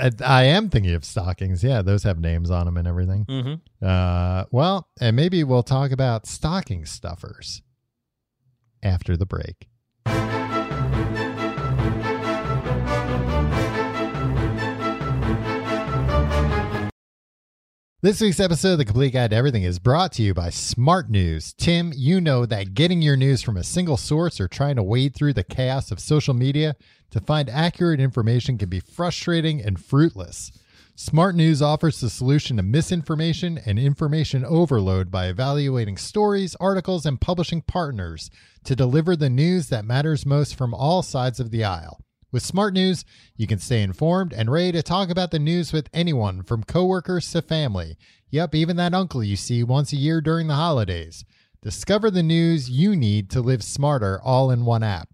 [SPEAKER 2] I, I am thinking of stockings. Yeah, those have names on them and everything.
[SPEAKER 3] hmm
[SPEAKER 2] Uh, well, and maybe we'll talk about stocking stuffers after the break. This week's episode of The Complete Guide to Everything is brought to you by Smart News. Tim, you know that getting your news from a single source or trying to wade through the chaos of social media to find accurate information can be frustrating and fruitless. Smart News offers the solution to misinformation and information overload by evaluating stories, articles, and publishing partners to deliver the news that matters most from all sides of the aisle. With Smart News, you can stay informed and ready to talk about the news with anyone from coworkers to family. Yep, even that uncle you see once a year during the holidays. Discover the news you need to live smarter all in one app.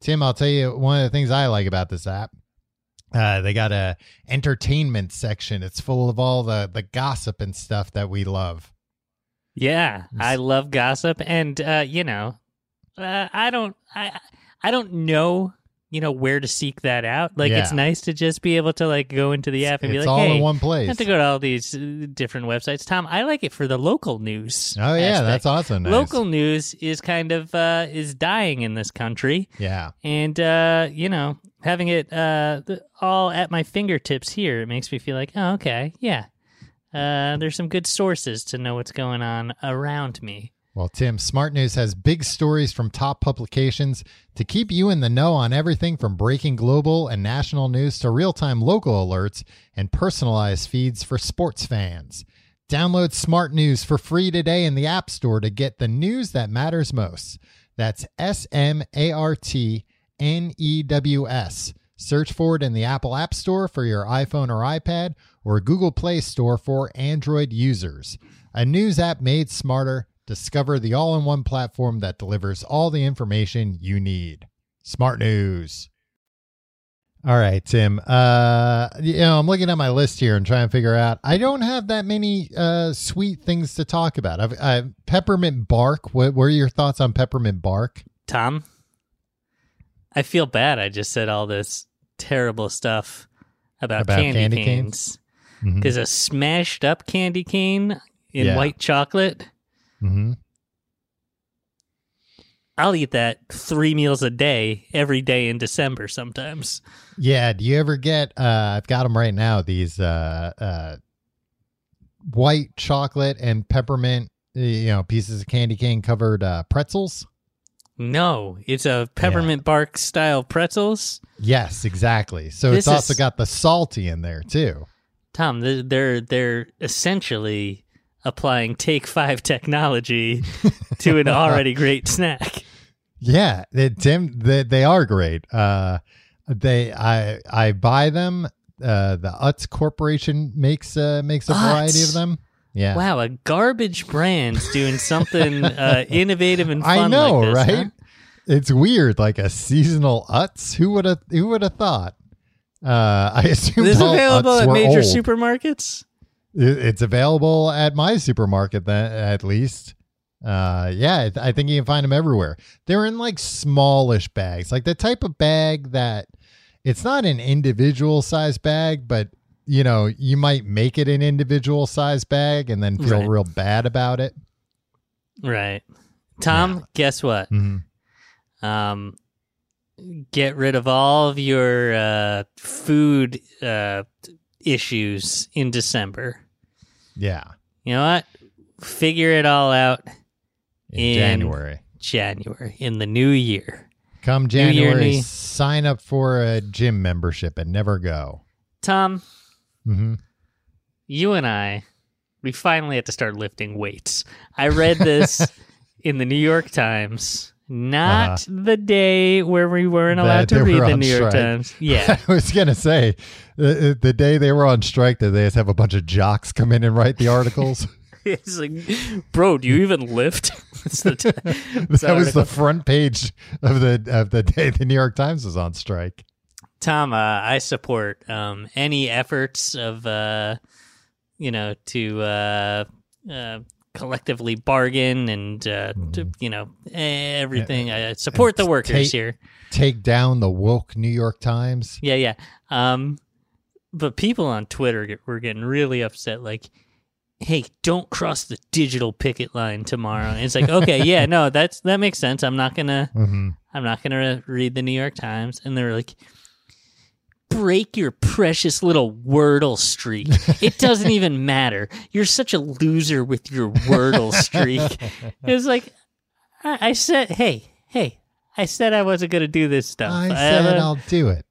[SPEAKER 2] Tim, I'll tell you one of the things I like about this app. Uh, they got a entertainment section. It's full of all the the gossip and stuff that we love.
[SPEAKER 3] Yeah, I love gossip, and uh, you know, uh, I don't, I, I don't know, you know, where to seek that out. Like, it's
[SPEAKER 2] Yeah.
[SPEAKER 3] nice to just be able to like go into the app and
[SPEAKER 2] it's
[SPEAKER 3] be like,
[SPEAKER 2] all
[SPEAKER 3] hey,
[SPEAKER 2] in one
[SPEAKER 3] I
[SPEAKER 2] place.
[SPEAKER 3] have to go to all these uh, different websites. Tom, I like it for the local news.
[SPEAKER 2] oh yeah,
[SPEAKER 3] aspect.
[SPEAKER 2] that's also nice.
[SPEAKER 3] Local news is kind of uh, is dying in this country,
[SPEAKER 2] Yeah.
[SPEAKER 3] and uh, you know, having it uh, th- all at my fingertips here, it makes me feel like, oh, okay, yeah, uh, there's some good sources to know what's going on around me.
[SPEAKER 2] Well, Tim, Smart News has big stories from top publications to keep you in the know on everything from breaking global and national news to real time local alerts and personalized feeds for sports fans. Download Smart News for free today in the App Store to get the news that matters most. That's S M A R T N E W S. Search for it in the Apple App Store for your iPhone or iPad or Google Play Store for Android users. A news app made smarter. Discover the all in one platform that delivers all the information you need. Smart News. All right, Tim. Uh, you know, I'm looking at my list here and trying to figure out. I don't have that many uh, sweet things to talk about. I've, i peppermint bark. What were your thoughts on peppermint bark?
[SPEAKER 3] Tom, I feel bad. I just said all this terrible stuff about,
[SPEAKER 2] About
[SPEAKER 3] candy,
[SPEAKER 2] candy
[SPEAKER 3] canes
[SPEAKER 2] Mhm.
[SPEAKER 3] because a smashed up candy cane in
[SPEAKER 2] Yeah.
[SPEAKER 3] white chocolate.
[SPEAKER 2] Mm-hmm.
[SPEAKER 3] I'll eat that three meals a day every day in December sometimes.
[SPEAKER 2] Yeah. Do you ever get? Uh, I've got them right now. These uh, uh, white chocolate and peppermint, you know, pieces of candy cane covered uh, pretzels.
[SPEAKER 3] No, it's a peppermint bark style pretzels.
[SPEAKER 2] Yes, exactly. So
[SPEAKER 3] This
[SPEAKER 2] it's also
[SPEAKER 3] is-
[SPEAKER 2] got the salty in there too.
[SPEAKER 3] Tom, th- they're they're essentially applying take five technology to an already great snack.
[SPEAKER 2] Yeah, they, Tim, they, they are great. Uh, they I I buy them. Uh, the Utz Corporation makes uh, makes a variety
[SPEAKER 3] Utz?
[SPEAKER 2] of them. Yeah,
[SPEAKER 3] Wow, a garbage brand's doing something uh, innovative and fun.
[SPEAKER 2] I know,
[SPEAKER 3] like this, huh?
[SPEAKER 2] right? It's weird, like a seasonal Utz. Who would have Who would have thought? Uh, I assume
[SPEAKER 3] This
[SPEAKER 2] all
[SPEAKER 3] available
[SPEAKER 2] Utz
[SPEAKER 3] at
[SPEAKER 2] were
[SPEAKER 3] major
[SPEAKER 2] old.
[SPEAKER 3] supermarkets.
[SPEAKER 2] It- It's available at my supermarket, then at least. Uh, yeah, I th- I think you can find them everywhere. They're in like smallish bags, like the type of bag that it's not an individual size bag, but you know you might make it an individual size bag and then feel
[SPEAKER 3] Right.
[SPEAKER 2] real bad about it.
[SPEAKER 3] Right, Tom. Guess what?
[SPEAKER 2] Mm-hmm.
[SPEAKER 3] Um, get rid of all of your uh, food uh, issues in December.
[SPEAKER 2] Yeah,
[SPEAKER 3] You know what? Figure it all out
[SPEAKER 2] in,
[SPEAKER 3] In-
[SPEAKER 2] January.
[SPEAKER 3] January in the new year.
[SPEAKER 2] Come
[SPEAKER 3] Year,
[SPEAKER 2] January,
[SPEAKER 3] new-
[SPEAKER 2] sign up for a gym membership and never go.
[SPEAKER 3] Tom,
[SPEAKER 2] Mm-hmm.
[SPEAKER 3] you and I, we finally had to start lifting weights. I read this in the New York Times, not the day where we weren't
[SPEAKER 2] Uh-huh. That they
[SPEAKER 3] allowed to read
[SPEAKER 2] were
[SPEAKER 3] the
[SPEAKER 2] on
[SPEAKER 3] New York
[SPEAKER 2] strike.
[SPEAKER 3] Times. Yeah.
[SPEAKER 2] I was gonna say uh, the, the day they were on strike, did they just have a bunch of jocks come in and write the articles?
[SPEAKER 3] it's like, bro, do you even lift? That's the t- that's
[SPEAKER 2] that was
[SPEAKER 3] article.
[SPEAKER 2] the front page of the of the day the New York Times was on strike.
[SPEAKER 3] Tom, uh, I support um, any efforts of, uh, you know, to uh, uh, collectively bargain and, uh, to, you know, everything. I I support the
[SPEAKER 2] Mm-hmm. and
[SPEAKER 3] workers
[SPEAKER 2] take-
[SPEAKER 3] here.
[SPEAKER 2] Take down the woke New York Times.
[SPEAKER 3] Yeah, yeah. Um, but people on Twitter get, were getting really upset. Like, hey, don't cross the digital picket line tomorrow. And it's like, okay, yeah, no, that's that makes sense. I'm not gonna.
[SPEAKER 2] hmm
[SPEAKER 3] I'm not going to read the New York Times. And they're like, break your precious little Wordle streak. It doesn't even matter. You're such a loser with your Wordle streak. it was like, I, I said, hey, hey, I said I wasn't going to do this stuff.
[SPEAKER 2] I said
[SPEAKER 3] uh,
[SPEAKER 2] I'll do it.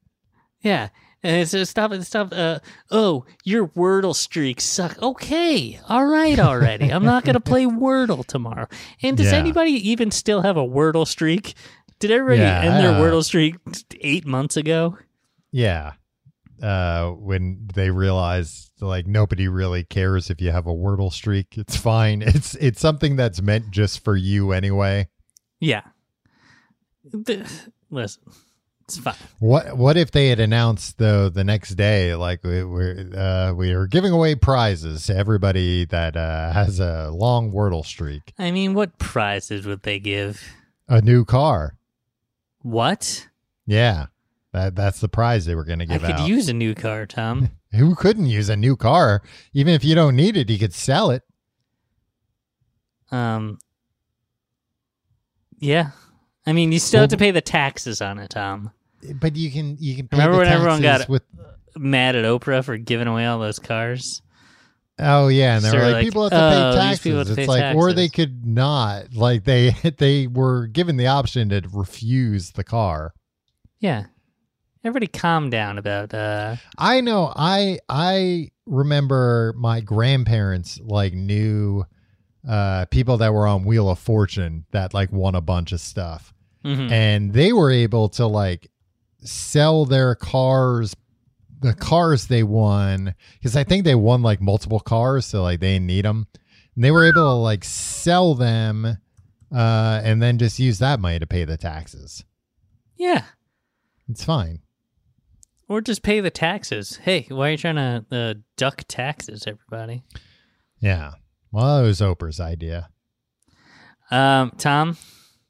[SPEAKER 3] Yeah. And it's just stop it, stop. Uh, oh, your Wordle streaks suck. Okay. All right already. I'm not going to play Wordle tomorrow. And does
[SPEAKER 2] Yeah.
[SPEAKER 3] anybody even still have a Wordle streak? Did everybody
[SPEAKER 2] Yeah,
[SPEAKER 3] end
[SPEAKER 2] I
[SPEAKER 3] their
[SPEAKER 2] don't know.
[SPEAKER 3] Wordle streak eight months ago?
[SPEAKER 2] Yeah. Uh, when they realize like nobody really cares if you have a wordle streak, it's fine. It's it's something that's meant just for you anyway.
[SPEAKER 3] Yeah. Th- Listen, it's fine.
[SPEAKER 2] What what if they had announced though the next day like we, we're uh, we are giving away prizes to everybody that uh, has a long wordle streak,
[SPEAKER 3] I mean, what prizes would they give?
[SPEAKER 2] a new car.
[SPEAKER 3] What?
[SPEAKER 2] Yeah, that that's the prize they were going to
[SPEAKER 3] I
[SPEAKER 2] give
[SPEAKER 3] could
[SPEAKER 2] out.
[SPEAKER 3] use a new car, Tom.
[SPEAKER 2] Who couldn't use a new car? Even if you don't need it, you could sell it.
[SPEAKER 3] um, yeah. I mean, you still have to pay the taxes on it, Tom.
[SPEAKER 2] But you can you can pay
[SPEAKER 3] Remember
[SPEAKER 2] the
[SPEAKER 3] when everyone got
[SPEAKER 2] taxes with
[SPEAKER 3] mad at Oprah for giving away all those cars.
[SPEAKER 2] Oh yeah, and they
[SPEAKER 3] So
[SPEAKER 2] were
[SPEAKER 3] they're
[SPEAKER 2] like,
[SPEAKER 3] like,
[SPEAKER 2] people have to
[SPEAKER 3] "Oh,
[SPEAKER 2] pay
[SPEAKER 3] these
[SPEAKER 2] taxes.
[SPEAKER 3] people have
[SPEAKER 2] it's
[SPEAKER 3] to pay
[SPEAKER 2] like, or they
[SPEAKER 3] taxes.
[SPEAKER 2] could not. Like they they were given the option to refuse the car.
[SPEAKER 3] Yeah. Everybody calm down about uh
[SPEAKER 2] I know. I I remember my grandparents like knew uh, people that were on Wheel of Fortune that like won a bunch of stuff,
[SPEAKER 3] mhm.
[SPEAKER 2] and they were able to like sell their cars the cars they won because i think they won like multiple cars so like they didn't need them and they were able to like sell them uh and then just use that money to pay the taxes
[SPEAKER 3] Yeah.
[SPEAKER 2] it's fine
[SPEAKER 3] Or just pay the taxes. Hey, why are you trying to uh, duck taxes, everybody?
[SPEAKER 2] yeah well that was oprah's idea
[SPEAKER 3] Um, Tom,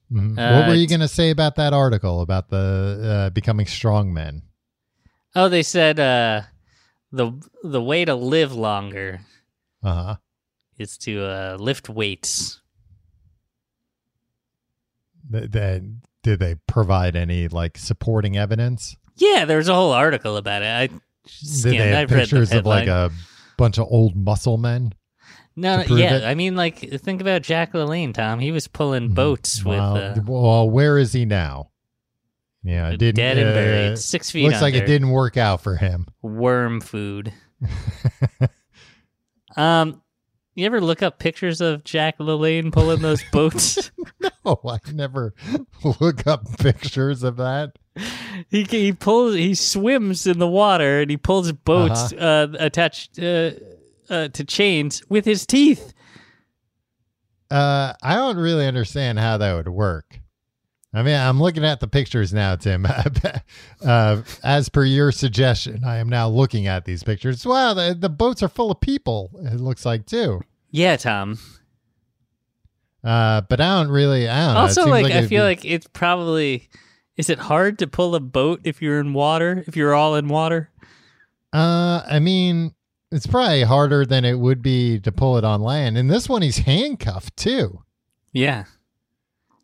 [SPEAKER 2] Mhm.
[SPEAKER 3] Uh,
[SPEAKER 2] what were you
[SPEAKER 3] it's-
[SPEAKER 2] going to say about that article about the uh, becoming strong men
[SPEAKER 3] oh, they said uh, the the way to live longer
[SPEAKER 2] uh-huh
[SPEAKER 3] is to uh, lift weights.
[SPEAKER 2] Th- th- did they provide any like supporting evidence
[SPEAKER 3] Yeah, there's a whole article about it. I
[SPEAKER 2] Did
[SPEAKER 3] scanned,
[SPEAKER 2] they have
[SPEAKER 3] I've read the
[SPEAKER 2] pictures of like
[SPEAKER 3] headline.
[SPEAKER 2] a bunch of old muscle men?
[SPEAKER 3] no,
[SPEAKER 2] to prove
[SPEAKER 3] yeah.
[SPEAKER 2] it? Mm-hmm.
[SPEAKER 3] I mean, like think about Jack Lalanne, Tom. He was pulling Mm-hmm. boats
[SPEAKER 2] Wow.
[SPEAKER 3] with uh,
[SPEAKER 2] well, where is he now? Yeah, it didn't.
[SPEAKER 3] dead and
[SPEAKER 2] uh,
[SPEAKER 3] buried, six feet.
[SPEAKER 2] looks like
[SPEAKER 3] under.
[SPEAKER 2] it didn't work out for him.
[SPEAKER 3] worm food. um, you ever look up pictures of Jack Lalanne pulling those boats?
[SPEAKER 2] Oh, I never look up pictures of that.
[SPEAKER 3] he he pulls he swims in the water and he pulls boats
[SPEAKER 2] Uh-huh.
[SPEAKER 3] uh attached uh, uh, to chains with his teeth.
[SPEAKER 2] Uh, I don't really understand how that would work. I mean, I'm looking at the pictures now, Tim. uh, as per your suggestion, I am now looking at these pictures. Wow, the, the boats are full of people. It looks like too.
[SPEAKER 3] Yeah, Tom.
[SPEAKER 2] Uh, but I don't really. I don't
[SPEAKER 3] also,
[SPEAKER 2] know. Uh, It seems
[SPEAKER 3] like, I
[SPEAKER 2] it'd
[SPEAKER 3] feel
[SPEAKER 2] be-
[SPEAKER 3] like it's probably is it hard to pull a boat if you're in water if you're all in water?
[SPEAKER 2] Uh, I mean, it's probably harder than it would be to pull it on land. And this one, he's handcuffed too.
[SPEAKER 3] Yeah.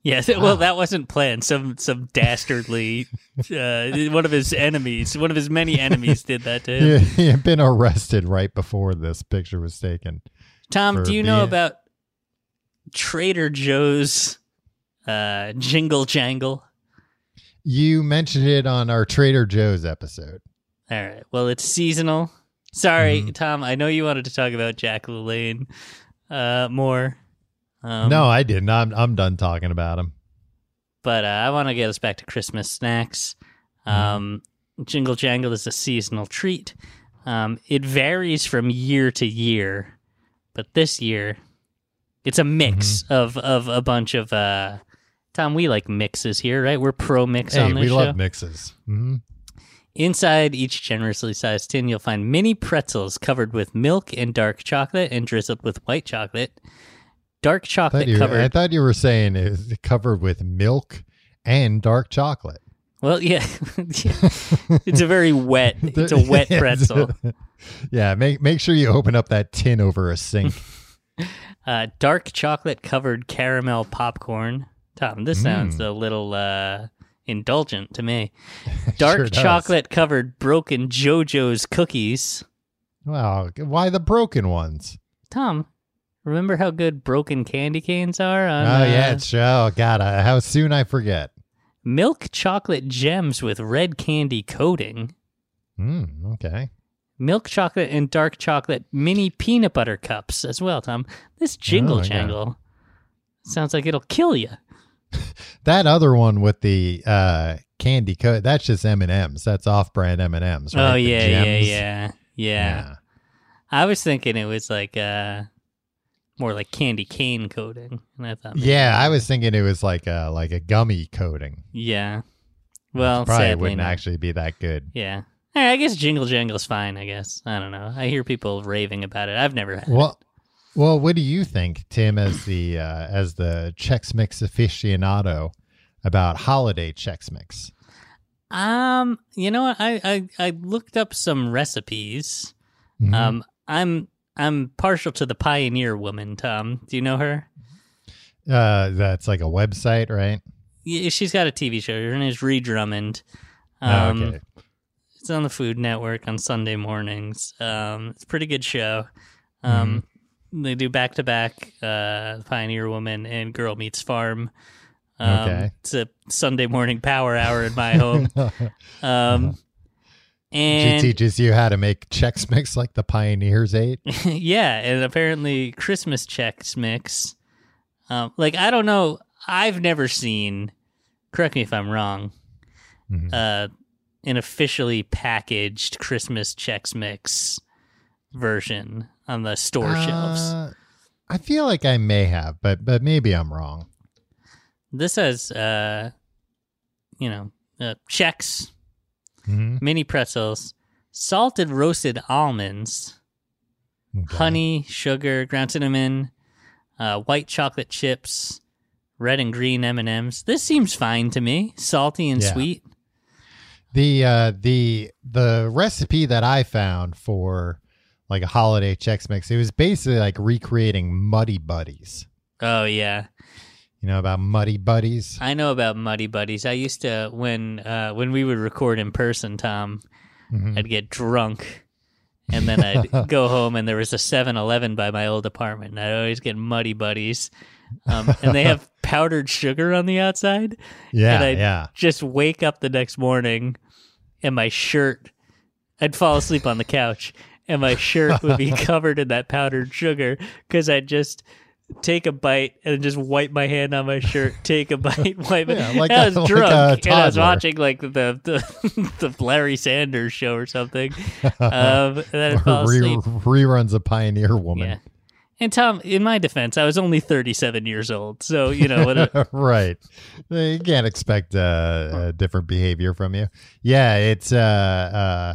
[SPEAKER 3] Yes.
[SPEAKER 2] Wow.
[SPEAKER 3] Well, that wasn't planned. Some some dastardly uh, one of his enemies, one of his many enemies, did that to him.
[SPEAKER 2] He, he had been arrested right before this picture was taken.
[SPEAKER 3] Tom,
[SPEAKER 2] for
[SPEAKER 3] do you know
[SPEAKER 2] being-
[SPEAKER 3] about Trader Joe's uh, jingle jangle?
[SPEAKER 2] You mentioned it on our Trader Joe's episode.
[SPEAKER 3] All right. Well, it's seasonal. Sorry,
[SPEAKER 2] Mhm.
[SPEAKER 3] Tom. I know you wanted to talk about Jack Lalanne uh, more. Um,
[SPEAKER 2] no, I didn't. I'm I'm done talking about him.
[SPEAKER 3] but uh, I want to get us back to Christmas snacks.
[SPEAKER 2] Mm-hmm.
[SPEAKER 3] Um, Jingle Jangle is a seasonal treat. Um, it varies from year to year, but this year It's a mix
[SPEAKER 2] Mm-hmm.
[SPEAKER 3] of of a bunch of uh Tom, we like mixes here, right? We're pro mix
[SPEAKER 2] Hey,
[SPEAKER 3] on this
[SPEAKER 2] we
[SPEAKER 3] show.
[SPEAKER 2] love mixes. hmm
[SPEAKER 3] Inside each generously sized tin, you'll find mini pretzels covered with milk and dark chocolate and drizzled with white chocolate. Dark
[SPEAKER 2] I, thought
[SPEAKER 3] chocolate
[SPEAKER 2] you,
[SPEAKER 3] covered.
[SPEAKER 2] I thought you were saying it was covered with milk and dark chocolate.
[SPEAKER 3] well, yeah, it's a very wet. It's a wet
[SPEAKER 2] Yeah, it's a-
[SPEAKER 3] pretzel.
[SPEAKER 2] yeah, make make sure you open up that tin over a sink.
[SPEAKER 3] uh, dark chocolate covered caramel popcorn. Tom,
[SPEAKER 2] Mm.
[SPEAKER 3] this sounds a little uh, indulgent to me. Dark
[SPEAKER 2] Sure does.
[SPEAKER 3] chocolate covered broken JoJo's cookies.
[SPEAKER 2] wow, why the broken ones?
[SPEAKER 3] Tom, remember how good broken candy canes are? On,
[SPEAKER 2] oh yeah,
[SPEAKER 3] uh,
[SPEAKER 2] it's, oh god, I, how soon I forget.
[SPEAKER 3] milk chocolate gems with red candy coating.
[SPEAKER 2] Mm, okay,
[SPEAKER 3] Milk chocolate and dark chocolate mini peanut butter cups as well, Tom. This jingle
[SPEAKER 2] Oh, yeah.
[SPEAKER 3] jangle sounds like it'll kill you.
[SPEAKER 2] that other one with the uh, candy coat that's just M and M's. That's off-brand M and M's.
[SPEAKER 3] Oh yeah, yeah, yeah, yeah.
[SPEAKER 2] yeah.
[SPEAKER 3] I was thinking it was like uh more like candy cane coating, and I thought,
[SPEAKER 2] Yeah, I was thinking it was like a like a gummy coating.
[SPEAKER 3] yeah. Well,
[SPEAKER 2] Probably
[SPEAKER 3] sadly,
[SPEAKER 2] wouldn't
[SPEAKER 3] not.
[SPEAKER 2] actually be that good.
[SPEAKER 3] Yeah, All right, I guess Jingle Jangle's fine. I guess I don't know. I hear people raving about it. I've never had. it.
[SPEAKER 2] Well, well, what do you think, Tim, as the uh, as the Chex Mix aficionado about holiday Chex Mix?
[SPEAKER 3] Um, you know what? I I, I looked up some recipes.
[SPEAKER 2] Mhm.
[SPEAKER 3] Um, I'm I'm partial to the Pioneer Woman. Tom, do you know her?
[SPEAKER 2] uh, that's like a website, right?
[SPEAKER 3] Yeah, she's got a TV show. Her name is Ree Drummond.
[SPEAKER 2] Oh,
[SPEAKER 3] Um,
[SPEAKER 2] okay.
[SPEAKER 3] It's on the Food Network on Sunday mornings. Um, it's a pretty good show. Um,
[SPEAKER 2] Mm-hmm.
[SPEAKER 3] They do back to back Pioneer Woman and Girl Meets Farm. Um,
[SPEAKER 2] Okay.
[SPEAKER 3] It's a Sunday morning power hour in my home. Um,
[SPEAKER 2] she
[SPEAKER 3] and
[SPEAKER 2] teaches you how to make Chex Mix like the pioneers ate.
[SPEAKER 3] yeah, and apparently Christmas checks mix. Um, like I don't know, I've never seen. Correct me if I'm wrong.
[SPEAKER 2] Mhm.
[SPEAKER 3] Uh, an officially packaged Christmas checks mix version on the store shelves.
[SPEAKER 2] Uh, I feel like I may have, but but maybe I'm wrong.
[SPEAKER 3] This has, uh, you know, uh, checks,
[SPEAKER 2] Mhm.
[SPEAKER 3] mini pretzels, salted roasted almonds.
[SPEAKER 2] Okay.
[SPEAKER 3] honey, sugar, ground cinnamon, uh, white chocolate chips, red and green M and M's. This seems fine to me. Salty and
[SPEAKER 2] Yeah.
[SPEAKER 3] sweet.
[SPEAKER 2] The uh the the recipe that I found for like a holiday Chex Mix, it was basically like recreating Muddy Buddies.
[SPEAKER 3] Oh yeah,
[SPEAKER 2] You know about Muddy Buddies?
[SPEAKER 3] I know about Muddy Buddies. I used to when uh, when we would record in person, Tom.
[SPEAKER 2] Mhm.
[SPEAKER 3] I'd get drunk. And then I'd go home, and there was a 7 Eleven by my old apartment. And I'd always get Muddy Buddies. Um, and they have powdered sugar on the outside.
[SPEAKER 2] Yeah,
[SPEAKER 3] I-
[SPEAKER 2] yeah.
[SPEAKER 3] just wake up the next morning and my shirt I'd fall asleep on the couch and my shirt would be covered in that powdered sugar because I'd just take a bite and just wipe my hand on my shirt, take a bite, wipe it.
[SPEAKER 2] Yeah, like
[SPEAKER 3] And I
[SPEAKER 2] a-
[SPEAKER 3] was
[SPEAKER 2] like a
[SPEAKER 3] drunk and I was
[SPEAKER 2] toddler.
[SPEAKER 3] watching like the the, the Larry Sanders show or something. Um, and then I'd fall
[SPEAKER 2] Re-
[SPEAKER 3] asleep.
[SPEAKER 2] reruns of Pioneer
[SPEAKER 3] Yeah.
[SPEAKER 2] Woman.
[SPEAKER 3] And Tom, in my defense, I was only 37 years old. So, you know, what a,
[SPEAKER 2] right. You can't expect uh, uh, different behavior from you. Yeah, it's uh,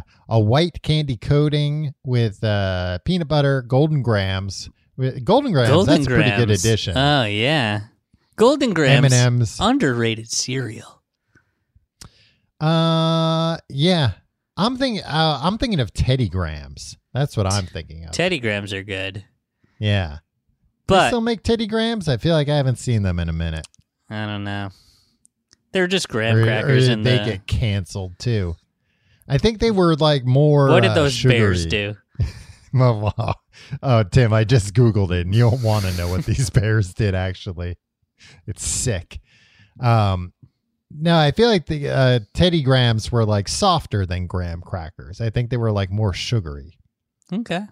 [SPEAKER 2] uh, a white candy coating with uh, peanut butter, golden grams. Wi- Golden grams, that's a pretty good
[SPEAKER 3] Grahams.
[SPEAKER 2] addition.
[SPEAKER 3] Oh yeah, Golden Grams,
[SPEAKER 2] M&M's.
[SPEAKER 3] underrated cereal.
[SPEAKER 2] Uh, yeah. I'm thinking. Uh, I'm thinking of Teddy Grahams. That's what I'm thinking of.
[SPEAKER 3] Teddy Grams are good,
[SPEAKER 2] yeah. they
[SPEAKER 3] but
[SPEAKER 2] still make Teddy Grahams. I feel like I haven't seen them in a minute.
[SPEAKER 3] I don't know. They're just graham
[SPEAKER 2] Or,
[SPEAKER 3] crackers,
[SPEAKER 2] or
[SPEAKER 3] and
[SPEAKER 2] they
[SPEAKER 3] the,
[SPEAKER 2] get canceled too. I think they were like more.
[SPEAKER 3] what did
[SPEAKER 2] uh,
[SPEAKER 3] those bears
[SPEAKER 2] sugary.
[SPEAKER 3] do?
[SPEAKER 2] Oh, wow. Oh, Tim, I just Googled it and you don't want to know what these bears did, actually. It's sick. Um, no, I feel like the uh, Teddy Grahams were like softer than graham crackers. I think they were like more sugary,
[SPEAKER 3] Okay,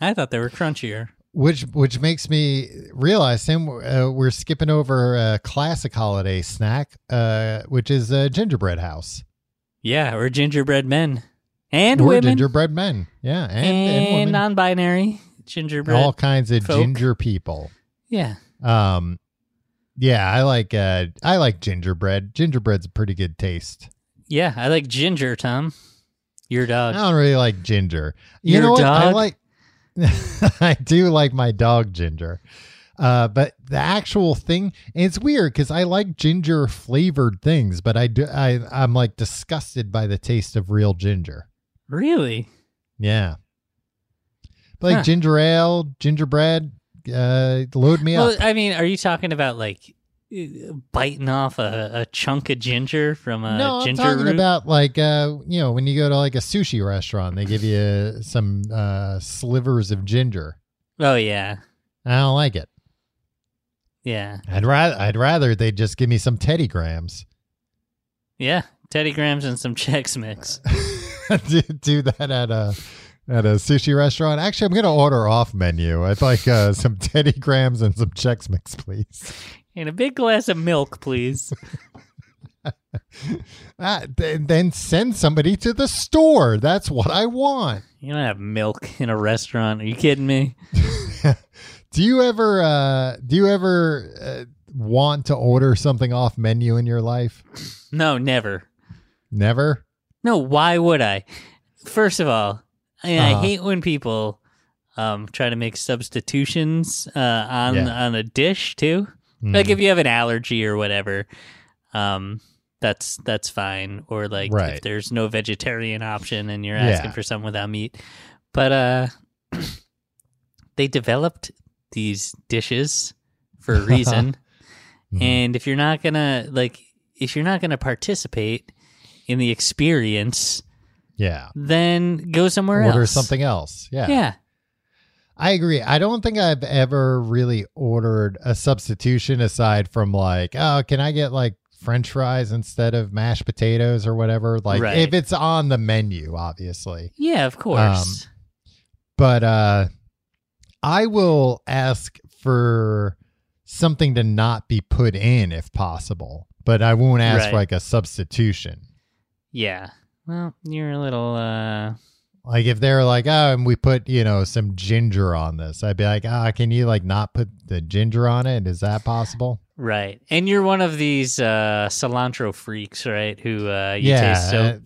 [SPEAKER 3] I thought they were crunchier.
[SPEAKER 2] which which makes me realize, Tim, uh, we're skipping over a classic holiday snack, uh, which is a gingerbread house.
[SPEAKER 3] Yeah, or gingerbread men and
[SPEAKER 2] We're
[SPEAKER 3] women
[SPEAKER 2] gingerbread men. Yeah. And, and, women.
[SPEAKER 3] non-binary gingerbread.
[SPEAKER 2] all kinds of
[SPEAKER 3] folk.
[SPEAKER 2] ginger people.
[SPEAKER 3] Yeah.
[SPEAKER 2] Um, yeah, I like uh, I like gingerbread. Gingerbread's a pretty good taste.
[SPEAKER 3] Yeah. I like ginger, Tom. Your
[SPEAKER 2] I
[SPEAKER 3] dog.
[SPEAKER 2] don't really like ginger. You
[SPEAKER 3] Your
[SPEAKER 2] know what? I
[SPEAKER 3] dog?
[SPEAKER 2] like. I do like my dog ginger, uh, but the actual thing and it's weird because I like ginger flavored things, but I do I I'm like disgusted by the taste of real ginger.
[SPEAKER 3] Really?
[SPEAKER 2] Yeah, but like
[SPEAKER 3] Huh.
[SPEAKER 2] ginger ale, gingerbread, uh, load me
[SPEAKER 3] Well,
[SPEAKER 2] up.
[SPEAKER 3] I mean, are you talking about like uh, biting off a, a chunk of ginger from a
[SPEAKER 2] no,
[SPEAKER 3] Uh, ginger
[SPEAKER 2] I'm talking
[SPEAKER 3] root?
[SPEAKER 2] about like uh, you know when you go to like a sushi restaurant, they give you some uh, slivers of ginger.
[SPEAKER 3] oh yeah,
[SPEAKER 2] I don't like it.
[SPEAKER 3] yeah,
[SPEAKER 2] I'd rather I'd rather they just give me some Teddy Grams.
[SPEAKER 3] yeah. Teddy Grahams and some Chex Mix.
[SPEAKER 2] do, do that at a at a sushi restaurant. Actually, I'm gonna order off menu. I'd like uh, some Teddy Grams and some Chex Mix, please.
[SPEAKER 3] And a big glass of milk, please.
[SPEAKER 2] Ah, th- then send somebody to the store. That's what I want.
[SPEAKER 3] You don't have milk in a restaurant. Are you kidding me?
[SPEAKER 2] Do you ever uh, do you ever uh, want to order something off menu in your life?
[SPEAKER 3] No, never.
[SPEAKER 2] Never.
[SPEAKER 3] No, why would I? First of all, I,
[SPEAKER 2] Uh-huh.
[SPEAKER 3] I hate when people um, try to make substitutions uh, on
[SPEAKER 2] Yeah.
[SPEAKER 3] on a dish too.
[SPEAKER 2] Mm,
[SPEAKER 3] Like if you have an allergy or whatever, um, that's that's fine. Or like
[SPEAKER 2] Right.
[SPEAKER 3] if there's no vegetarian option and you're
[SPEAKER 2] Yeah.
[SPEAKER 3] asking for something without meat. But uh, they developed these dishes for a reason.
[SPEAKER 2] Mhm.
[SPEAKER 3] and if you're not gonna like if you're not gonna participate in the experience
[SPEAKER 2] yeah.
[SPEAKER 3] then go somewhere
[SPEAKER 2] order
[SPEAKER 3] else
[SPEAKER 2] something else.
[SPEAKER 3] yeah.
[SPEAKER 2] I agree. I don't think I've ever really ordered a substitution aside from like, oh, can I get like french fries instead of mashed potatoes or whatever? Like
[SPEAKER 3] Right.
[SPEAKER 2] if it's on the menu, obviously.
[SPEAKER 3] Yeah, of course
[SPEAKER 2] But uh I will ask for something to not be put in if possible, but I won't ask for
[SPEAKER 3] Right.
[SPEAKER 2] like a substitution.
[SPEAKER 3] yeah well you're a little uh
[SPEAKER 2] Like if they're like, oh, and we put you know some ginger on this, I'd be like, ah, can you like not put the ginger on it? Is that possible?
[SPEAKER 3] right and you're one of these uh cilantro freaks right who uh you
[SPEAKER 2] yeah,
[SPEAKER 3] taste so
[SPEAKER 2] uh,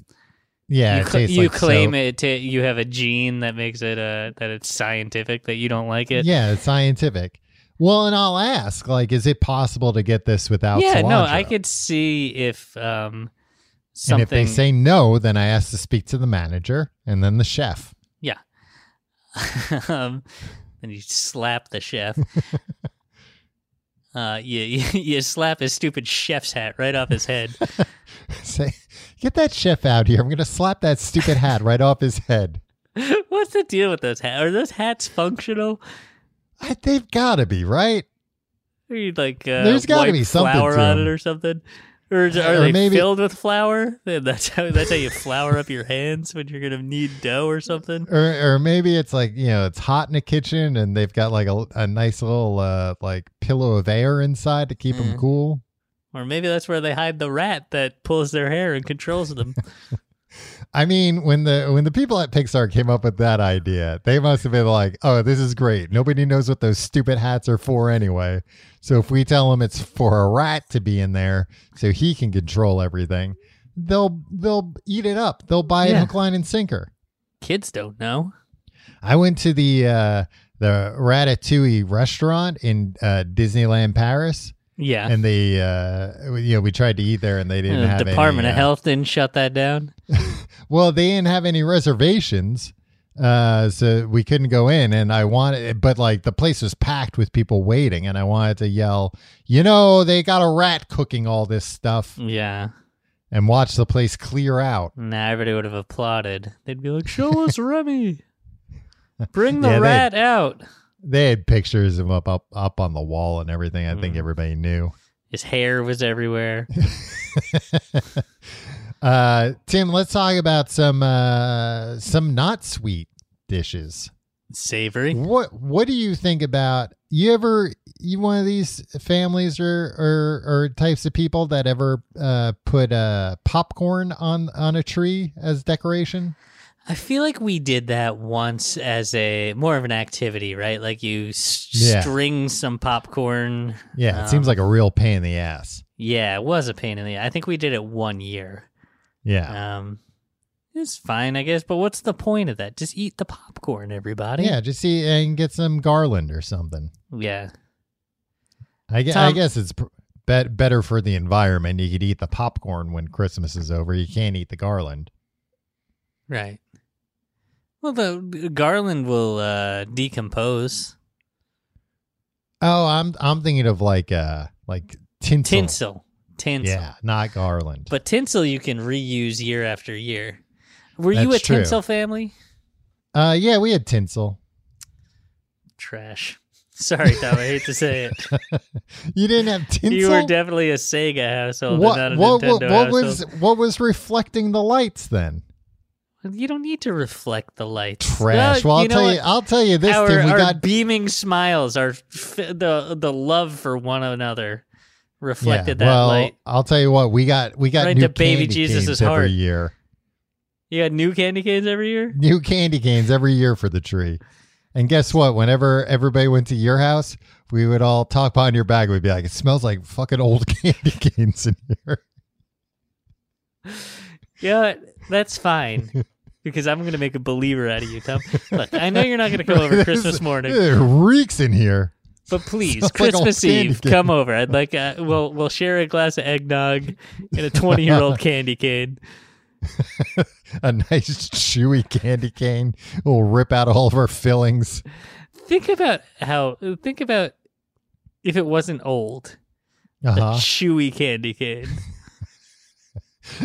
[SPEAKER 2] yeah.
[SPEAKER 3] you,
[SPEAKER 2] it
[SPEAKER 3] cl-
[SPEAKER 2] tastes
[SPEAKER 3] you
[SPEAKER 2] like
[SPEAKER 3] claim
[SPEAKER 2] soap.
[SPEAKER 3] it ta you have a gene that makes it uh that it's scientific that you don't like it
[SPEAKER 2] Yeah, it's scientific. Well, and I'll ask, like, is it possible to get this without?
[SPEAKER 3] yeah no
[SPEAKER 2] cilantro?
[SPEAKER 3] i could see if
[SPEAKER 2] And
[SPEAKER 3] um something
[SPEAKER 2] if they say no, then I ask to speak to the manager and then the chef.
[SPEAKER 3] um, and you slap the chef. uh, you, you you slap his stupid chef's hat right off his head.
[SPEAKER 2] say, get that chef out here. I'm gonna slap that stupid hat right off his head.
[SPEAKER 3] What's the deal with those hats? Are those hats functional?
[SPEAKER 2] I, they've got to be right.
[SPEAKER 3] Are you like uh,
[SPEAKER 2] There's gotta
[SPEAKER 3] wipe
[SPEAKER 2] be something
[SPEAKER 3] flour
[SPEAKER 2] to
[SPEAKER 3] on it
[SPEAKER 2] them.
[SPEAKER 3] or something? Or is- are
[SPEAKER 2] Or
[SPEAKER 3] they
[SPEAKER 2] maybe-
[SPEAKER 3] filled with flour? And That's how that's how you flour up your hands when you're gonna knead dough or something.
[SPEAKER 2] or or maybe it's like you know it's hot in the kitchen and they've got like a, a nice little uh like pillow of air inside to keep them
[SPEAKER 3] Mm.
[SPEAKER 2] cool
[SPEAKER 3] Or maybe that's where they hide the rat that pulls their hair and controls them.
[SPEAKER 2] i mean when the when the people at pixar came up with that idea they must have been like oh this is great nobody knows what those stupid hats are for anyway so if we tell them it's for a rat to be in there so he can control everything they'll they'll eat it up they'll buy it
[SPEAKER 3] Yeah.
[SPEAKER 2] hook line and sinker
[SPEAKER 3] Kids don't know.
[SPEAKER 2] I went to the uh, the Ratatouille restaurant in uh, Disneyland Paris,
[SPEAKER 3] Yeah.
[SPEAKER 2] and they uh, you know we tried to eat there, and they didn't
[SPEAKER 3] Uh,
[SPEAKER 2] have
[SPEAKER 3] Department
[SPEAKER 2] any,
[SPEAKER 3] of
[SPEAKER 2] uh,
[SPEAKER 3] Health didn't shut that down.
[SPEAKER 2] Well, they didn't have any reservations, uh, so we couldn't go in. And I wanted, but like the place was packed with people waiting, and I wanted to yell, you know, they got a rat cooking all this stuff,
[SPEAKER 3] Yeah.
[SPEAKER 2] and watch the place clear out.
[SPEAKER 3] Nah, everybody would have applauded. They'd be like, "Show us Remy. Bring the
[SPEAKER 2] Yeah, they-
[SPEAKER 3] rat out."
[SPEAKER 2] They had pictures of him up up up on the wall and everything. I think
[SPEAKER 3] Mm.
[SPEAKER 2] everybody knew.
[SPEAKER 3] His hair was everywhere.
[SPEAKER 2] uh, Tim, let's talk about some uh, some not sweet dishes.
[SPEAKER 3] Savory.
[SPEAKER 2] What what do you think about you ever you one of these families or or, or types of people that ever uh, put uh, popcorn on on a tree as decoration?
[SPEAKER 3] I feel like we did that once as a more of an activity, right? Like you s-
[SPEAKER 2] Yeah.
[SPEAKER 3] string some popcorn.
[SPEAKER 2] Yeah, it
[SPEAKER 3] Um,
[SPEAKER 2] seems like a real pain in the ass.
[SPEAKER 3] Yeah, it was a pain in the. I think we did it one year.
[SPEAKER 2] Yeah.
[SPEAKER 3] Um, it's fine, I guess. But what's the point of that? Just eat the popcorn, everybody.
[SPEAKER 2] yeah, just see uh, and get some garland or something.
[SPEAKER 3] yeah.
[SPEAKER 2] I, gue- I
[SPEAKER 3] Tom-
[SPEAKER 2] guess it's pr- bet- better for the environment. You could eat the popcorn when Christmas is over. You can't eat the garland.
[SPEAKER 3] Right. Well, the garland will uh, decompose.
[SPEAKER 2] Oh, I'm I'm thinking of like uh like tinsel.
[SPEAKER 3] Tinsel, tinsel.
[SPEAKER 2] Yeah, not garland.
[SPEAKER 3] But tinsel you can reuse year after year. Were you a
[SPEAKER 2] That's true.
[SPEAKER 3] tinsel family?
[SPEAKER 2] uh, yeah, we had tinsel.
[SPEAKER 3] Trash. Sorry, Tom. I hate to say it.
[SPEAKER 2] You didn't have tinsel.
[SPEAKER 3] You were definitely a Sega household,
[SPEAKER 2] what
[SPEAKER 3] and not a
[SPEAKER 2] what,
[SPEAKER 3] Nintendo
[SPEAKER 2] what, what
[SPEAKER 3] household.
[SPEAKER 2] was what was reflecting the lights then?
[SPEAKER 3] You don't need to reflect the lights.
[SPEAKER 2] Trash.
[SPEAKER 3] No,
[SPEAKER 2] well, I'll
[SPEAKER 3] you know
[SPEAKER 2] tell
[SPEAKER 3] what?
[SPEAKER 2] you. I'll tell you this.
[SPEAKER 3] our,
[SPEAKER 2] Tim, we
[SPEAKER 3] our
[SPEAKER 2] got
[SPEAKER 3] beaming smiles, our f- the the love for one another reflected
[SPEAKER 2] yeah,
[SPEAKER 3] that
[SPEAKER 2] well,
[SPEAKER 3] light.
[SPEAKER 2] I'll tell you what. We got we got
[SPEAKER 3] Right
[SPEAKER 2] new
[SPEAKER 3] to baby
[SPEAKER 2] candy
[SPEAKER 3] Jesus'
[SPEAKER 2] canes every
[SPEAKER 3] heart.
[SPEAKER 2] year.
[SPEAKER 3] You got new candy canes every year.
[SPEAKER 2] new candy canes every year for the tree. And guess what? Whenever everybody went to your house, we would all talk behind your back. We'd be like, "It smells like fucking old candy canes in here."
[SPEAKER 3] Yeah, that's fine. Because I'm going to make a believer out of you, Tom. Look, I know you're not going to come over
[SPEAKER 2] This-
[SPEAKER 3] Christmas morning,
[SPEAKER 2] It reeks in here.
[SPEAKER 3] but please,
[SPEAKER 2] Sounds like old
[SPEAKER 3] Christmas
[SPEAKER 2] candy
[SPEAKER 3] Eve,
[SPEAKER 2] cane.
[SPEAKER 3] come over. I'd like uh, we'll we'll share a glass of eggnog and a 20 year old candy cane.
[SPEAKER 2] A nice chewy candy cane will rip out all of our fillings.
[SPEAKER 3] Think about how. Think about if it wasn't old, a
[SPEAKER 2] Uh-huh.
[SPEAKER 3] chewy candy cane.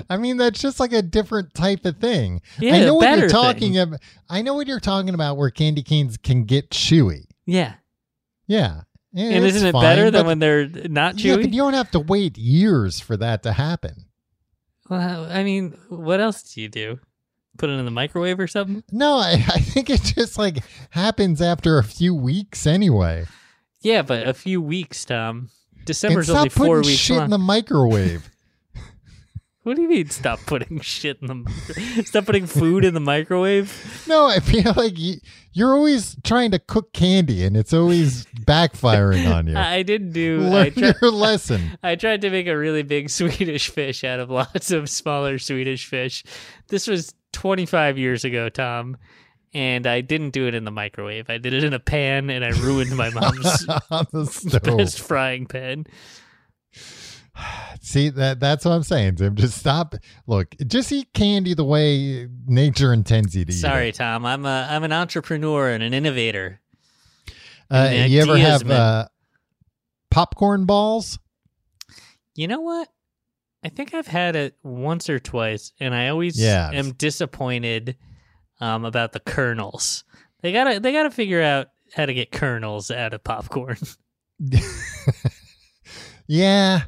[SPEAKER 2] I mean, that's just like a different type of thing.
[SPEAKER 3] Yeah,
[SPEAKER 2] I know
[SPEAKER 3] a
[SPEAKER 2] what
[SPEAKER 3] better
[SPEAKER 2] you're talking
[SPEAKER 3] thing.
[SPEAKER 2] about. I know what you're talking about. Where candy canes can get chewy.
[SPEAKER 3] Yeah,
[SPEAKER 2] Yeah,
[SPEAKER 3] and isn't it better than when they're not
[SPEAKER 2] Yeah, but
[SPEAKER 3] chewy?
[SPEAKER 2] you don't have to wait years for that to happen.
[SPEAKER 3] well, I mean, what else do you do? Put it in the microwave or something?
[SPEAKER 2] No, I, I think it just like happens after a few weeks anyway.
[SPEAKER 3] Yeah, but a few weeks, Tom.
[SPEAKER 2] And
[SPEAKER 3] December's only
[SPEAKER 2] stop
[SPEAKER 3] four
[SPEAKER 2] putting
[SPEAKER 3] weeks
[SPEAKER 2] shit
[SPEAKER 3] long.
[SPEAKER 2] in the microwave.
[SPEAKER 3] what do you mean? Stop putting shit in the microwave? stop putting food in the microwave?
[SPEAKER 2] no, I feel like you, you're always trying to cook candy and it's always backfiring on you.
[SPEAKER 3] I I didn't do. I,
[SPEAKER 2] Learn
[SPEAKER 3] tri-
[SPEAKER 2] your lesson.
[SPEAKER 3] I tried to make a really big Swedish fish out of lots of smaller Swedish fish. This was 25 years ago, Tom. And I didn't do it in the microwave. I did it in a pan, and I ruined my mom's
[SPEAKER 2] on the
[SPEAKER 3] best
[SPEAKER 2] stove.
[SPEAKER 3] frying pan.
[SPEAKER 2] See that that's what I'm saying, Tim. Just stop. Look, just eat candy the way nature intends you to eat.
[SPEAKER 3] Sorry,
[SPEAKER 2] it.
[SPEAKER 3] Tom. I'm a I'm an entrepreneur and an innovator.
[SPEAKER 2] Uh,
[SPEAKER 3] and
[SPEAKER 2] you ever
[SPEAKER 3] ideas,
[SPEAKER 2] have
[SPEAKER 3] man.
[SPEAKER 2] uh, popcorn balls?
[SPEAKER 3] You know what? I think I've had it once or twice, and I always
[SPEAKER 2] Yeah.
[SPEAKER 3] am disappointed um, about the kernels. They gotta they gotta figure out how to get kernels out of popcorn.
[SPEAKER 2] Yeah.